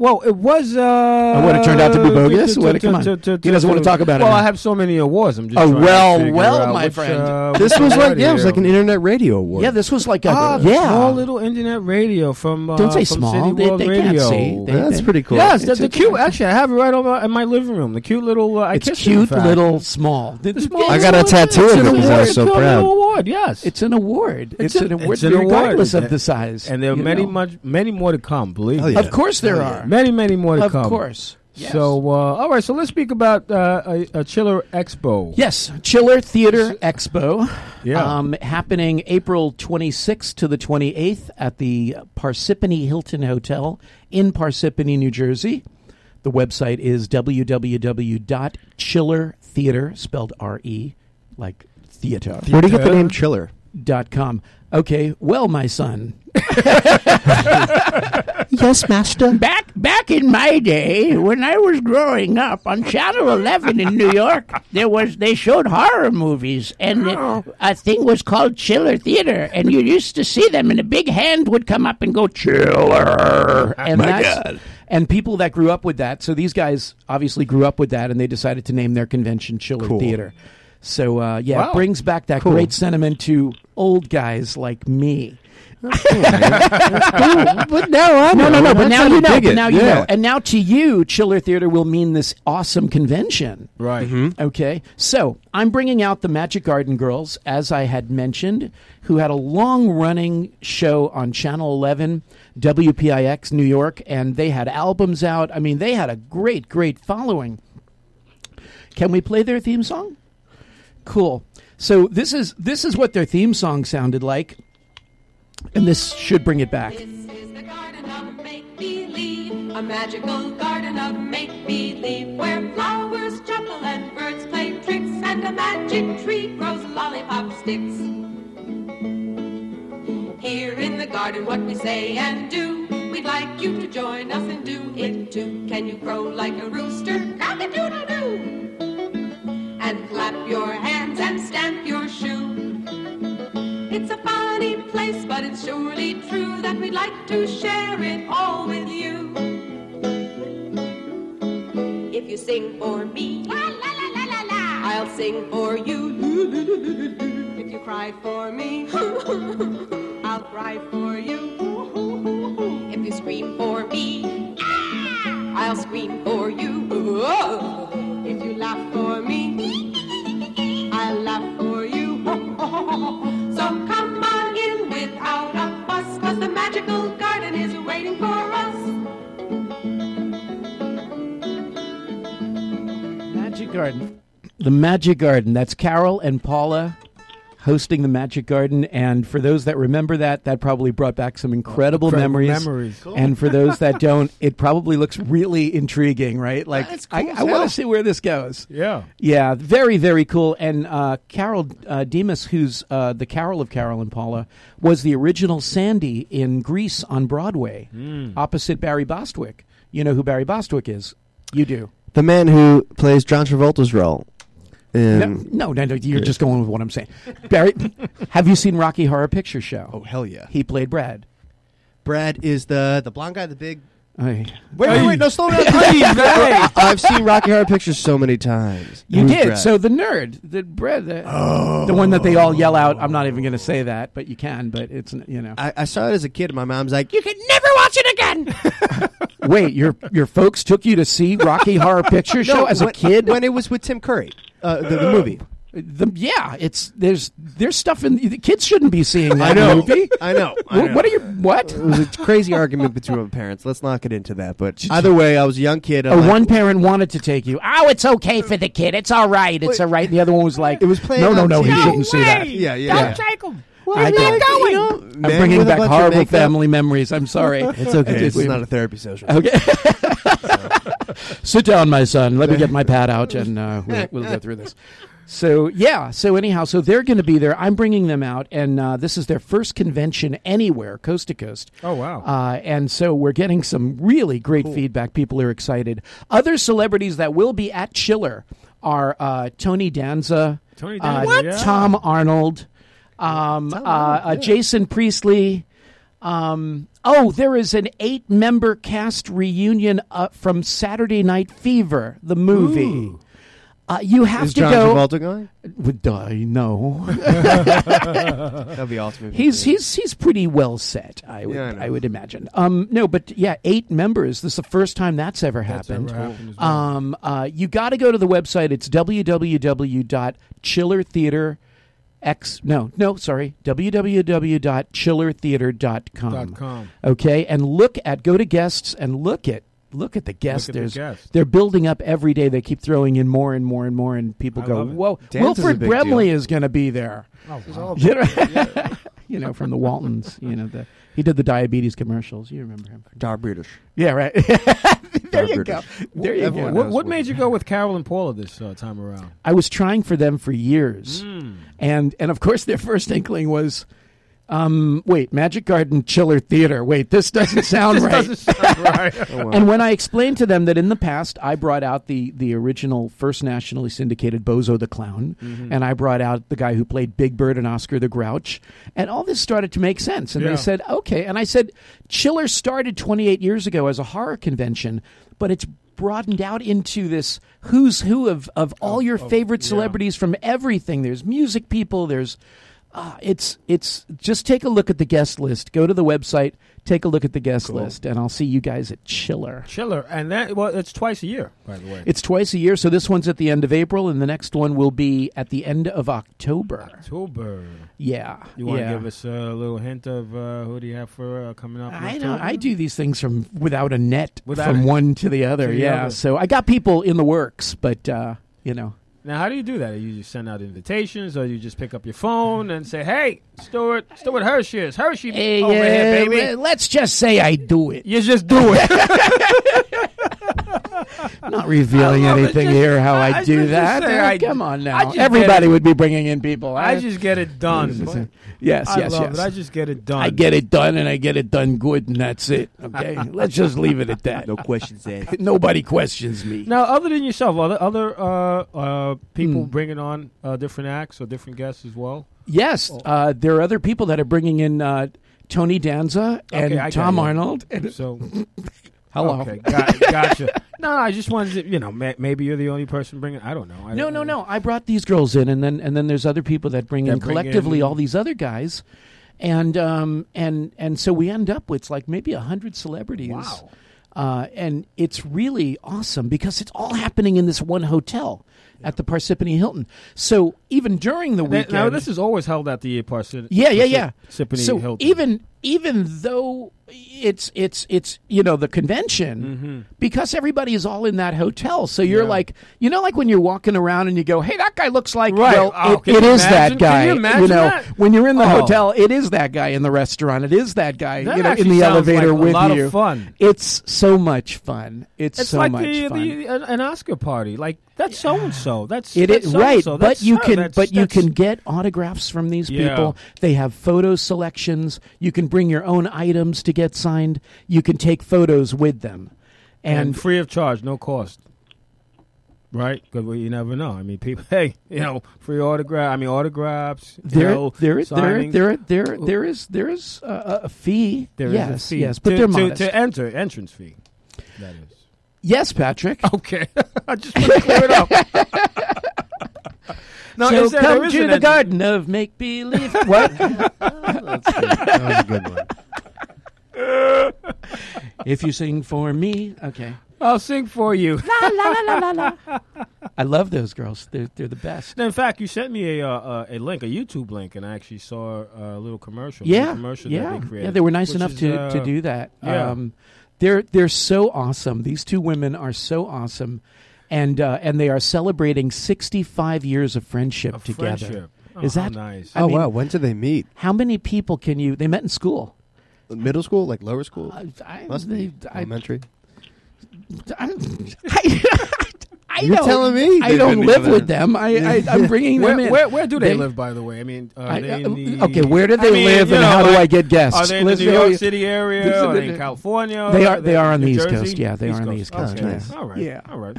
S2: Well, it was. Uh,
S4: Oh, what, it turned out to be bogus? What, come on. He doesn't wanna talk about it
S2: Well,
S4: now.
S2: I have so many awards. I'm just.
S4: Oh,
S2: trying to
S4: well,
S2: figure
S4: well,
S2: out
S4: my
S2: which,
S4: friend.
S2: uh,
S3: This
S2: which
S3: was
S2: award
S3: like yeah, it was
S2: here.
S3: like an internet radio award.
S4: Yeah, this was like a
S2: Ah,
S4: yeah.
S2: small little internet radio from. Uh,
S4: Don't say
S2: from
S4: small.
S2: City
S4: They-
S2: World
S4: they can't
S2: radio.
S4: see. They-
S3: that's pretty cool.
S2: Yes, the,
S4: It's
S2: the
S4: a-
S2: cute. Actually, I have it right over in my living room. The cute little. Uh, I
S4: It's
S2: kissed it, in
S4: cute,
S2: fact.
S4: little, small. Th- th-
S2: Small
S3: I got a
S2: little-
S3: tattoo
S2: it's
S3: of
S2: an
S3: it 'cause
S2: award,
S3: I was so
S2: it's a little
S3: proud.
S2: Award, yes.
S4: It's an award. It's,
S2: a-
S4: an award,
S2: it's an award.
S4: regardless of
S2: And-
S4: the size.
S2: and there are
S4: you
S2: many,
S4: know?
S2: much, many more to come. Believe
S3: Hell
S2: me.
S3: yeah.
S4: Of course, there are.
S2: many, many more to
S4: Of
S2: come.
S4: course. Yes.
S2: So, uh, all right. So let's speak about uh, a, a Chiller Expo.
S4: Yes, Chiller Theater Expo.
S2: Yeah.
S4: Um, happening April 26th to the 28th at the Parsippany Hilton Hotel in Parsippany, New Jersey. The website is www.chillertheater, spelled R E, like theater,
S3: Where do you get the name Chiller?
S4: dot com. Okay, well, my son,
S3: Yes, master.
S4: Back back in my day, when I was growing up on Channel Eleven in New York, there was they showed horror movies, and uh, a thing was called Chiller Theater, and you used to see them, and a big hand would come up and go Chiller, and that's- and people that grew up with that. So these guys obviously grew up with that, and they decided to name their convention Chiller Theater. So uh, yeah,
S2: Wow.
S4: it brings back that great sentiment to old guys like me.
S3: but now I
S4: No, no, no. But
S3: That's
S4: now
S3: how
S4: you know.
S3: dig
S4: But
S3: it.
S4: now you
S3: Yeah.
S4: know. And now to you, Chiller Theater will mean this awesome convention.
S2: Right.
S3: Mm-hmm.
S4: Okay. So I'm bringing out the Magic Garden Girls, as I had mentioned, who had a long running show on Channel 11, WPIX New York, and they had albums out. I mean, they had a great, great following. Can we play their theme song? Cool. So this is this is what their theme song sounded like. And this should bring it back.
S9: This is the garden of make believe, a magical garden of make believe, where flowers juggle and birds play tricks, and a magic tree grows lollipop sticks. Here in the garden, what we say and do, we'd like you to join us and do it too. Can you crow like a rooster? Cock a doodle doo! And clap your hands and stamp your shoe. It's a funny place, but it's surely true that we'd like to share it all with you. If you sing for me, la la la la la la, I'll sing for you. if you cry for me, <laughs> I'll cry for you. if you scream for me, I'll scream for you. If you laugh for me, I laugh for you. so come on in without a fuss, cause the magical garden is waiting for us.
S4: Magic Garden. The Magic Garden. That's Carol and Paula hosting the Magic Garden. And for those that remember that, that probably brought back some incredible
S2: Incredible
S4: memories.
S2: memories. Cool.
S4: And for those
S2: <laughs>
S4: that don't, it probably looks really intriguing, right? Like, I, I want to see where this goes.
S2: Yeah.
S4: Yeah, very, very cool. And uh, Carol uh, Demas, who's uh, the Carol of Carol and Paula, was the original Sandy in Greece on Broadway,
S2: Hmm.
S4: opposite Barry Bostwick. You know who Barry Bostwick is? You do.
S3: The man who plays John Travolta's role. In,
S4: No, no, no, no, you're just going with what I'm saying. Barry, have you seen Rocky Horror Picture Show?
S3: Oh, hell yeah!
S4: He played Brad.
S3: Brad is the the blonde guy, the big
S4: I,
S3: Wait, wait, wait, no, slow <laughs> down. I, have seen Rocky Horror Picture so many times.
S4: you
S3: Who's
S4: did.
S3: Brad?
S4: So the nerd, the bread, the, the one that they all yell out. I'm not even going to say that, but you can. But it's n- you know.
S3: I, I saw it as a kid, and my mom's like, "You can never watch it again."
S4: <laughs> Wait, your your folks took you to see Rocky Horror Picture Show as
S3: when-
S4: a kid?
S3: when it was with Tim Curry, uh, the, the movie.
S4: The- yeah, it's there's there's stuff in the kids shouldn't be seeing that movie.
S3: I know. I
S4: Wh-
S3: know.
S4: What are you? What?
S3: It was a crazy argument between my parents. Let's not get into that. But either way, I was a young kid. I'm
S4: Or
S3: like,
S4: one parent wanted to take you. Oh, it's okay for the kid. It's all right. It's all right. And the other one was like,
S3: It was playing
S4: No, no,
S3: on
S4: no. He
S3: TV.
S4: shouldn't see that.
S3: Yeah, yeah. yeah.
S4: I don't-
S3: You know,
S4: I'm
S3: men
S4: bringing
S3: with a
S4: back
S3: bunch of
S4: horrible
S3: makeup.
S4: family memories. I'm sorry.
S3: It's okay.
S4: It is
S3: It's
S4: weird.
S3: not a therapy session.
S4: Okay. Sit down, my son. Let me get my pad out,
S2: <laughs>
S4: and uh, we'll, we'll go through this. So yeah. So anyhow, so they're going to be there. I'm bringing them out, and uh, this is their first convention anywhere, coast to coast.
S2: Oh, wow.
S4: Uh, and so we're getting some really great feedback. People are excited. Other celebrities that will be at Chiller are uh, Tony Danza,
S2: Tony
S4: uh,
S2: Danza, What? yeah.
S4: Tom Arnold, um, uh, uh, Jason Priestley. Um, oh, there is an eight member cast reunion uh, from Saturday Night Fever, the movie. Uh, you have
S3: Is
S4: to
S3: John
S4: go.
S3: Travolta going?
S4: Would die, no.
S3: <laughs> That'd be awesome. if he
S4: he's
S3: did.
S4: he's he's pretty well set. I would
S3: Yeah, I know.
S4: I, would imagine. Um, no, but yeah, eight members. This is the first time that's ever happened.
S2: ever happened as well.
S4: um, uh, you got to go to the website. It's www.chillertheater. X no no sorry www.chillertheater.com
S2: Dot com.
S4: okay and look at go to guests and look at look at the guests
S2: at the
S4: there's
S2: guests.
S4: they're building up every day they keep throwing in more and more and more and people
S2: I
S4: go
S2: love it.
S4: whoa
S3: Dance is a
S4: Wilfred
S3: big deal.
S4: Brimley is going to be there
S2: Oh, wow.
S4: you know, <laughs> you know, from the Waltons. You know, the, he did the diabetes commercials. You remember him?
S3: Dar British.
S4: Yeah, right. <laughs> there you go. There you
S3: Everyone
S4: go.
S2: What, what made you go with Carol and Paula this uh, time
S3: <laughs>
S2: around?
S4: I was trying for them for years,
S3: Hmm.
S4: and and of course their first inkling was. Um, wait, Magic Garden Chiller Theater. Wait,
S3: <laughs>
S4: this doesn't sound right.
S3: Oh,
S4: And when I explained to them that in the past I brought out the the original first nationally syndicated Bozo the Clown, and I brought out the guy who played Big Bird and Oscar the Grouch, and all this started to make sense. And
S2: Yeah.
S4: they said, okay. And I said, Chiller started 28 years ago as a horror convention, but it's broadened out into this who's who of, of all your favorite celebrities from everything. There's music people, there's uh, it's it's just take a look at the guest list. Go to the website, take a look at the guest list, and I'll see you guys at Chiller.
S2: Chiller, and that well, it's twice a year, by the way.
S4: It's twice a year, so this one's at the end of April, and the next one will be at the end of October.
S2: October.
S4: Yeah,
S2: You want to
S4: yeah.
S2: give us a little hint of uh, who do you have for uh, coming up? in
S4: I know.
S2: October?
S4: I do these things from without a net,
S2: Without
S4: from
S2: a-
S4: one to the other.
S2: to the
S4: yeah.
S2: other.
S4: So I got people in the works, but uh, you know,
S2: Now, how do you do that? You just send out invitations, or you just pick up your phone and say, "Hey, Stuart, Stuart Hirsch is Hershey
S4: Hey,
S2: over
S4: uh,
S2: here, baby."
S4: well, let's just say I do it.
S2: you just do it.
S4: <laughs> I'm not revealing
S2: I love it.
S4: anything
S2: Just-
S4: here how
S2: I-
S4: I,
S2: I
S4: do
S2: just-
S4: that.
S2: just say
S4: Uh,
S2: I-
S4: Come on
S2: I
S4: now,
S2: just
S4: everybody
S2: get it.
S4: would be bringing in people.
S2: I just get it done.
S4: yes,
S2: I
S4: yes,
S2: love
S4: yes.
S2: it. I just get it done.
S4: I get it done, and I get it done good, and that's it.
S2: <laughs>
S4: Okay, let's just leave it at that.
S3: questions asked.
S4: <laughs> Nobody questions me.
S2: Now, other than yourself, are there other uh, uh, people
S4: Hmm.
S2: bringing on uh, different acts or different guests as well?
S4: Yes,
S2: Oh.
S4: uh, there are other people that are bringing in uh, Tony Danza and
S2: Okay, I got
S4: Tom
S2: you.
S4: Arnold. And,
S2: So,
S4: <laughs> hello.
S2: okay, got, gotcha. <laughs> No, I just wanted to, you know, ma- maybe you're the only person bringing. I don't know. I
S4: No,
S2: don't
S4: no,
S2: know.
S4: no. I brought these girls in, and then and then there's other people that bring
S2: That
S4: in
S2: bring
S4: collectively
S2: in-
S4: all these other guys, and um and and so we end up with like maybe a hundred celebrities.
S2: Wow.
S4: Uh, and it's really awesome because it's all happening in this one hotel at the Parsippany Hilton. So even during the
S2: That-
S4: weekend,
S2: now, this is always held at the Parsippany.
S4: Yeah, yeah, yeah.
S2: Parsippany
S4: so
S2: Hilton.
S4: even even though it's it's it's you know the convention because everybody is all in that hotel. So you're
S2: Mm-hmm. Yeah.
S4: like you know like when you're walking around and you go, hey, that guy looks like
S2: Right.
S4: well,
S2: Oh,
S4: it-
S2: can
S4: it
S2: you
S4: is that
S2: imagine-
S4: guy.
S2: can you imagine
S4: know,
S2: that?
S4: when you're in the
S2: Oh.
S4: hotel, it is that guy in the restaurant. It is that guy
S2: That
S4: you know in
S2: actually
S4: the
S2: sounds
S4: elevator
S2: like a
S4: with
S2: lot of
S4: you.
S2: fun.
S4: It's so much fun. It's,
S2: It's
S4: so
S2: like
S4: much
S2: the,
S4: fun.
S2: the an an Oscar party. Like that's so and so. That's
S4: It
S2: that's
S4: is
S2: so-and-so.
S4: right, but
S2: That's
S4: you
S2: her.
S4: can
S2: That's-
S4: but you
S2: that's-
S4: can get autographs from these
S2: Yeah.
S4: people. They have photo selections. You can bring your own items to get signed. You can take photos with them, and,
S2: and free of charge, no cost. Right, because well, you never know. I mean, people. <laughs> Hey, you know, free autograph. I mean, autographs. you
S4: there
S2: know,
S4: there there
S2: signings.
S4: there there there is there is a, a fee.
S2: There is
S4: yes,
S2: a fee.
S4: yes, but
S2: to,
S4: they're
S2: to,
S4: modest.
S2: to enter entrance fee. That
S4: <laughs>
S2: is.
S4: Yes, Patrick.
S2: Okay. <laughs> I just want to clear it
S4: <laughs>
S2: up. no,
S4: so
S2: is there- there
S4: come
S2: is
S4: to
S2: an
S4: the
S2: edge-
S4: garden of make
S2: <laughs>
S4: believe. what?
S3: That was a good
S4: <laughs>
S3: one.
S4: If you sing for me, okay.
S2: I'll sing for you.
S4: I love those girls. They're they're the
S2: <laughs>
S4: best.
S2: In fact, you sent me a uh, uh, a link, a YouTube link, and I actually saw a little commercial. a
S4: Yeah,
S2: commercial
S4: yeah,
S2: that they created.
S4: yeah. They were nice
S2: which
S4: enough
S2: is,
S4: to,
S2: uh,
S4: to do that.
S2: yeah.
S4: Um, they're they're so awesome. These two women are so awesome, and uh, and they are celebrating sixty five years of friendship
S2: Of
S4: together.
S2: friendship. Oh,
S4: Is
S2: how
S4: that
S2: nice?
S4: I
S3: oh
S4: mean,
S3: wow, when did they meet?
S4: How many people can you? They met in school.
S3: Middle school, like lower school,
S4: I, I,
S3: must be
S4: I,
S3: elementary.
S4: I, I- I
S3: You're
S4: don't-
S3: telling me
S4: I
S3: they've
S4: don't
S3: been
S4: live
S3: together.
S4: with them. I, I I'm bringing
S2: Where,
S4: them in.
S2: where, where do they,
S4: They-
S2: live, by the way? I mean, are
S4: I-
S2: they
S4: uh,
S2: in the,
S4: okay, where do
S2: I
S4: they
S2: mean,
S4: live
S2: you
S4: and
S2: know,
S4: how do
S2: like,
S4: I get guests?
S2: Are they in
S4: Let's
S2: the New
S4: go-
S2: York City area?
S4: These are
S2: Are
S4: the-
S2: they in California?
S4: They are- they are on the
S2: New
S4: East
S2: Jersey?
S4: Coast. Yeah, they are on the East Coast,
S2: Okay.
S4: yes.
S2: All right.
S4: Yeah. <laughs>
S2: All right.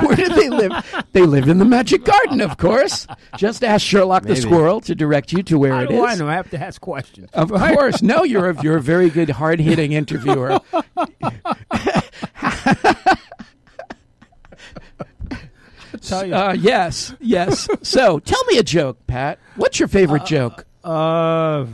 S4: Where did they live? They live in the Magic Garden, of course. Just ask Sherlock the
S3: Maybe.
S4: Squirrel to direct you to where
S2: I
S4: it
S2: don't
S4: is.
S2: want to know. Oh, I have to ask questions.
S4: Of course. No, you're a, you're a very good, hard hitting interviewer.
S2: Tell you.
S4: Uh, yes, yes. So tell me a joke, Pat. What's your favorite joke?
S2: <laughs> Uh,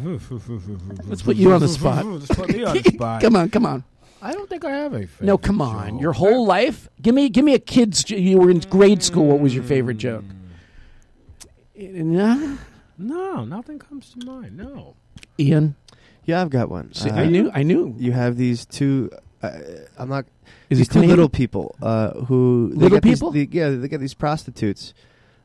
S4: Let's put you on the spot.
S2: Let's put me
S4: <laughs>
S2: on the spot.
S4: come on, come on.
S2: I don't think I have a favorite
S4: No, come on.
S2: joke.
S4: Your whole life. Give me, give me a kid's. jo- You were in grade school. What was your favorite joke? Uh, Ian,
S2: No, nothing comes to mind. No.
S4: Ian
S3: Yeah, I've got one.
S4: see,
S3: Uh,
S4: I knew, I knew.
S3: you have these two. Uh, I'm not.
S4: Is
S3: these
S4: it
S3: two
S4: Canadian?
S3: little people uh, who they
S4: Little
S3: get these-
S4: people?
S3: they- yeah, they get these prostitutes,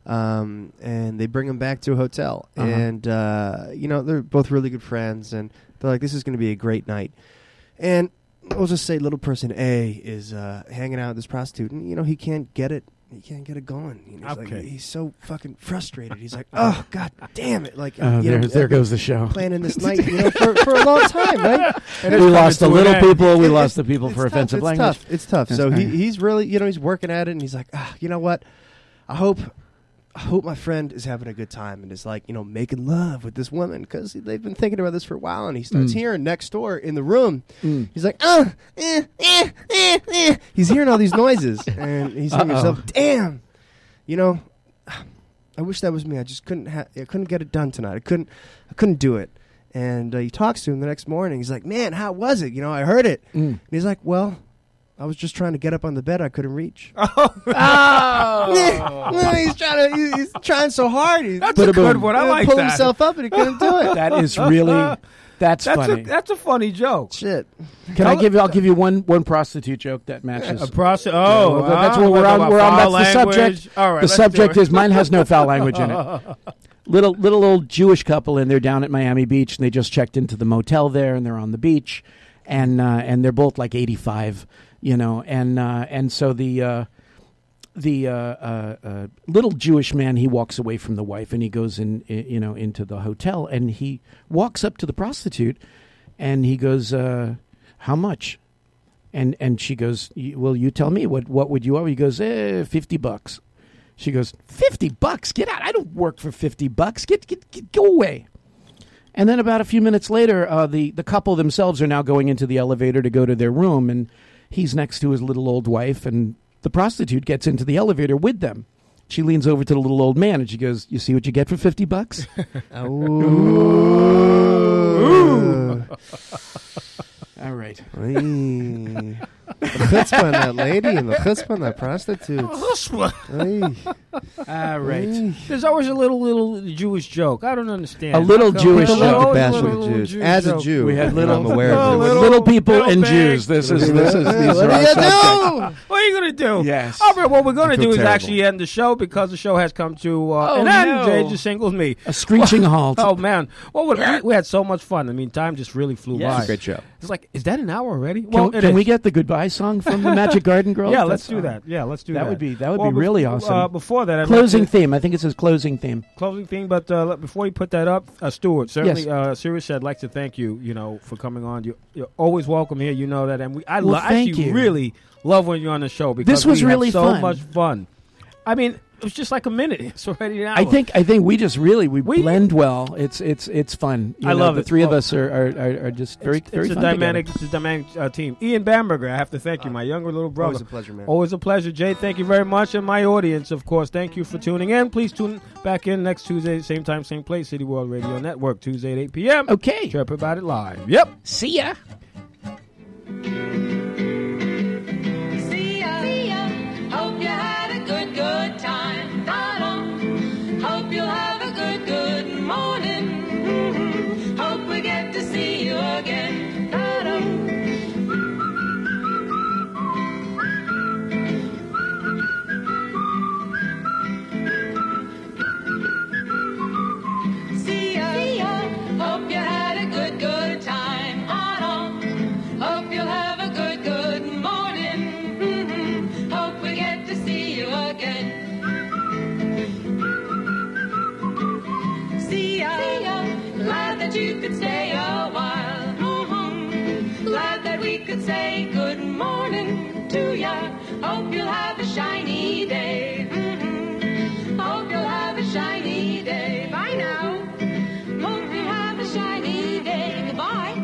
S3: um, and they bring them back to a hotel,
S4: Uh-huh.
S3: and uh, you know they're both really good friends, and they're like, "This is going to be a great night," and we'll just say little person A is uh, hanging out with this prostitute, and you know he can't get it. He can't get it going. You know, he's, like,
S2: Okay.
S3: he's so fucking frustrated. He's
S4: <laughs>
S3: like, "Oh god, damn it!" Like,
S4: Oh,
S3: you know,
S4: Uh-huh. there, there goes the show.
S3: planning
S4: <laughs>
S3: this night, you know, for, for a long time, right?
S4: We lost the
S2: to
S4: little
S2: an end.
S4: people. We
S3: It-
S4: lost
S3: it's-
S4: the people
S3: it's
S4: for
S3: tough,
S4: offensive
S3: it's
S4: language.
S3: Tough. It's tough.
S4: That's
S3: So he,
S4: fine.
S3: he's really, you know, he's working at it, and he's like, ah, you know what? I hope, I hope my friend is having a good time and is like, you know, making love with this woman because they've been thinking about this for a while, and he starts
S4: Mm.
S3: hearing next door in the room. He's like, uh, eh, eh, eh, eh. he's hearing all these noises, and he's thinking to
S4: Uh-oh.
S3: himself, damn, you know. I wish that was me. I just couldn't. Ha- I couldn't get it done tonight. I couldn't. I couldn't do it. And uh, he talks to him the next morning. He's like, "Man, how was it? You know, I heard it." And he's like, "Well, I was just trying to get up on the bed. I couldn't
S4: <laughs>
S3: reach." <laughs> Oh, <laughs> he's trying to. he- He's trying so hard. He
S2: That's a good
S4: Uh,
S2: one. I like
S3: pulled
S2: that.
S3: himself up and he couldn't do it.
S4: <laughs> That is really.
S2: That's
S4: That's, funny.
S2: a that's a funny joke.
S3: Shit.
S4: Can I give you? I'll give you one one prostitute joke that matches.
S2: A prostitute. Oh,
S4: Well, that's
S2: ah,
S4: what we're
S2: talking
S4: on.
S2: about
S4: We're on. That's
S2: foul
S4: the
S2: language.
S4: subject.
S2: All right,
S4: the
S2: let's
S4: subject
S2: do it.
S4: is
S2: <laughs>
S4: mine has no foul language in it. <laughs> Little little old Jewish couple, and they're down at Miami Beach, and they just checked into the motel there, and they're on the beach, and uh, and they're both like eighty five, you know, and uh, and so the. Uh, the uh, uh, uh, little Jewish man he walks away from the wife and he goes in, i you know into the hotel and he walks up to the prostitute and he goes uh, how much and and she goes "Y- well you tell me what what would you owe he goes eh, 50 bucks she goes 50 bucks get out I don't work for 50 bucks get get, get go away and then about a few minutes later, uh, the the couple themselves are now going into the elevator to go to their room, and he's next to his little old wife, and the prostitute gets into the elevator with them. She leans over to the little old man and she goes, "You see what you get for fifty
S2: <laughs>
S4: bucks?"
S3: Ooh.
S4: All right.
S3: Oy. The chutzpah on that lady and the chutzpah on that
S4: <laughs>
S3: prostitute. Oy.
S4: <laughs> All right.
S3: Oy.
S2: There's always a little little Jewish joke. I don't understand.
S4: A little
S2: How come-
S4: Jewish
S2: There's
S4: joke.
S2: always
S3: Bash
S2: a
S3: with the
S2: little
S3: Jews.
S2: Jewish
S3: As a
S2: joke.
S3: Jew,
S4: We had
S3: I'm
S4: little
S3: aware
S2: Oh,
S3: of this.
S2: little-
S4: little people
S2: little
S4: and
S2: pigs.
S4: Jews. This is this is these
S3: What
S4: are
S3: do
S4: our
S3: you
S4: subjects.
S3: do?
S2: What are you gonna do?
S4: Yes.
S2: All right. What we're gonna do
S3: feel
S2: is
S3: terrible.
S2: actually end the show because the show has come to uh,
S4: Oh,
S2: an
S4: no.
S2: end. Jay just singles me. <laughs>
S4: A screeching halt.
S2: Oh man, what would we, we had so much fun. I mean, time just really flew
S4: Yes.
S2: by.
S4: It's a
S3: great show.
S2: It's like, is that an hour already?
S4: Can,
S2: it
S4: can
S2: is.
S4: we get the goodbye song from the
S2: <laughs>
S4: Magic Garden Girl?
S2: Yeah, let's do that. Yeah, let's do that.
S4: That would be- that would be
S2: bef-
S4: really awesome.
S2: Uh, before that, I'd
S4: Closing
S2: like to-
S4: theme. I think it says closing theme.
S2: closing thing. But uh, let- before you put that up, uh, Stuart, certainly, uh, seriously, I'd like to thank you. You know, for coming on. You, you're always welcome here. You know that, and we I
S4: Well,
S2: lo-
S4: thank
S2: actually
S4: you.
S2: really love when you're on the show because
S4: was
S2: we have
S4: really
S2: so
S4: fun.
S2: much fun. I mean, it was just like a minute. <laughs> It's already an hour.
S4: I think I think we just really we,
S2: We-
S4: blend well. It's it's it's fun. You
S2: I
S4: know,
S2: love
S4: the
S2: it.
S4: three of
S2: Well,
S4: us are are, are, are just very
S2: it's,
S4: very
S2: it's a
S4: fun together.
S2: dynamic, it's a dynamic uh, team. Ian Bamberger, I have to thank you, my younger little brother.
S1: always a pleasure, man.
S2: Always a pleasure, Jay. Thank you very much, and my audience, of course. Thank you for tuning in. Please tune back in next Tuesday, same time, same place, City World Radio Network, Tuesday at 8 p.m.
S4: Okay.
S2: Chirp about it live. Yep.
S4: See ya.
S9: See ya. See ya. Hope you had a good, good time. Da-dum. Hope you'll have a good, good morning. Mhm. Hope we get to see you again. Da-dum. See ya. See ya. Hope you had a good, good time. Autumn. Hope you'll have a good, good morning. Mhm. Hope we get to see you again. See ya. See ya. Glad that you could stay a while. Mhm. Glad that we could say good morning to ya. Hope you'll have a shiny day. Mhm. Hope you'll have a shiny day. Bye now. Hope you have a shiny day. Goodbye.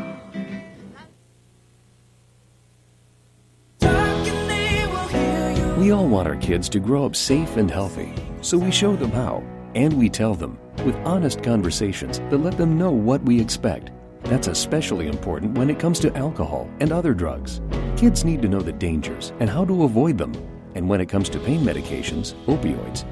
S8: We all want our kids to grow up safe and healthy, so we show them how, and we tell them with honest conversations that let them know what we expect. That's especially important when it comes to alcohol and other drugs. Kids need to know the dangers and how to avoid them. And when it comes to pain medications, opioids,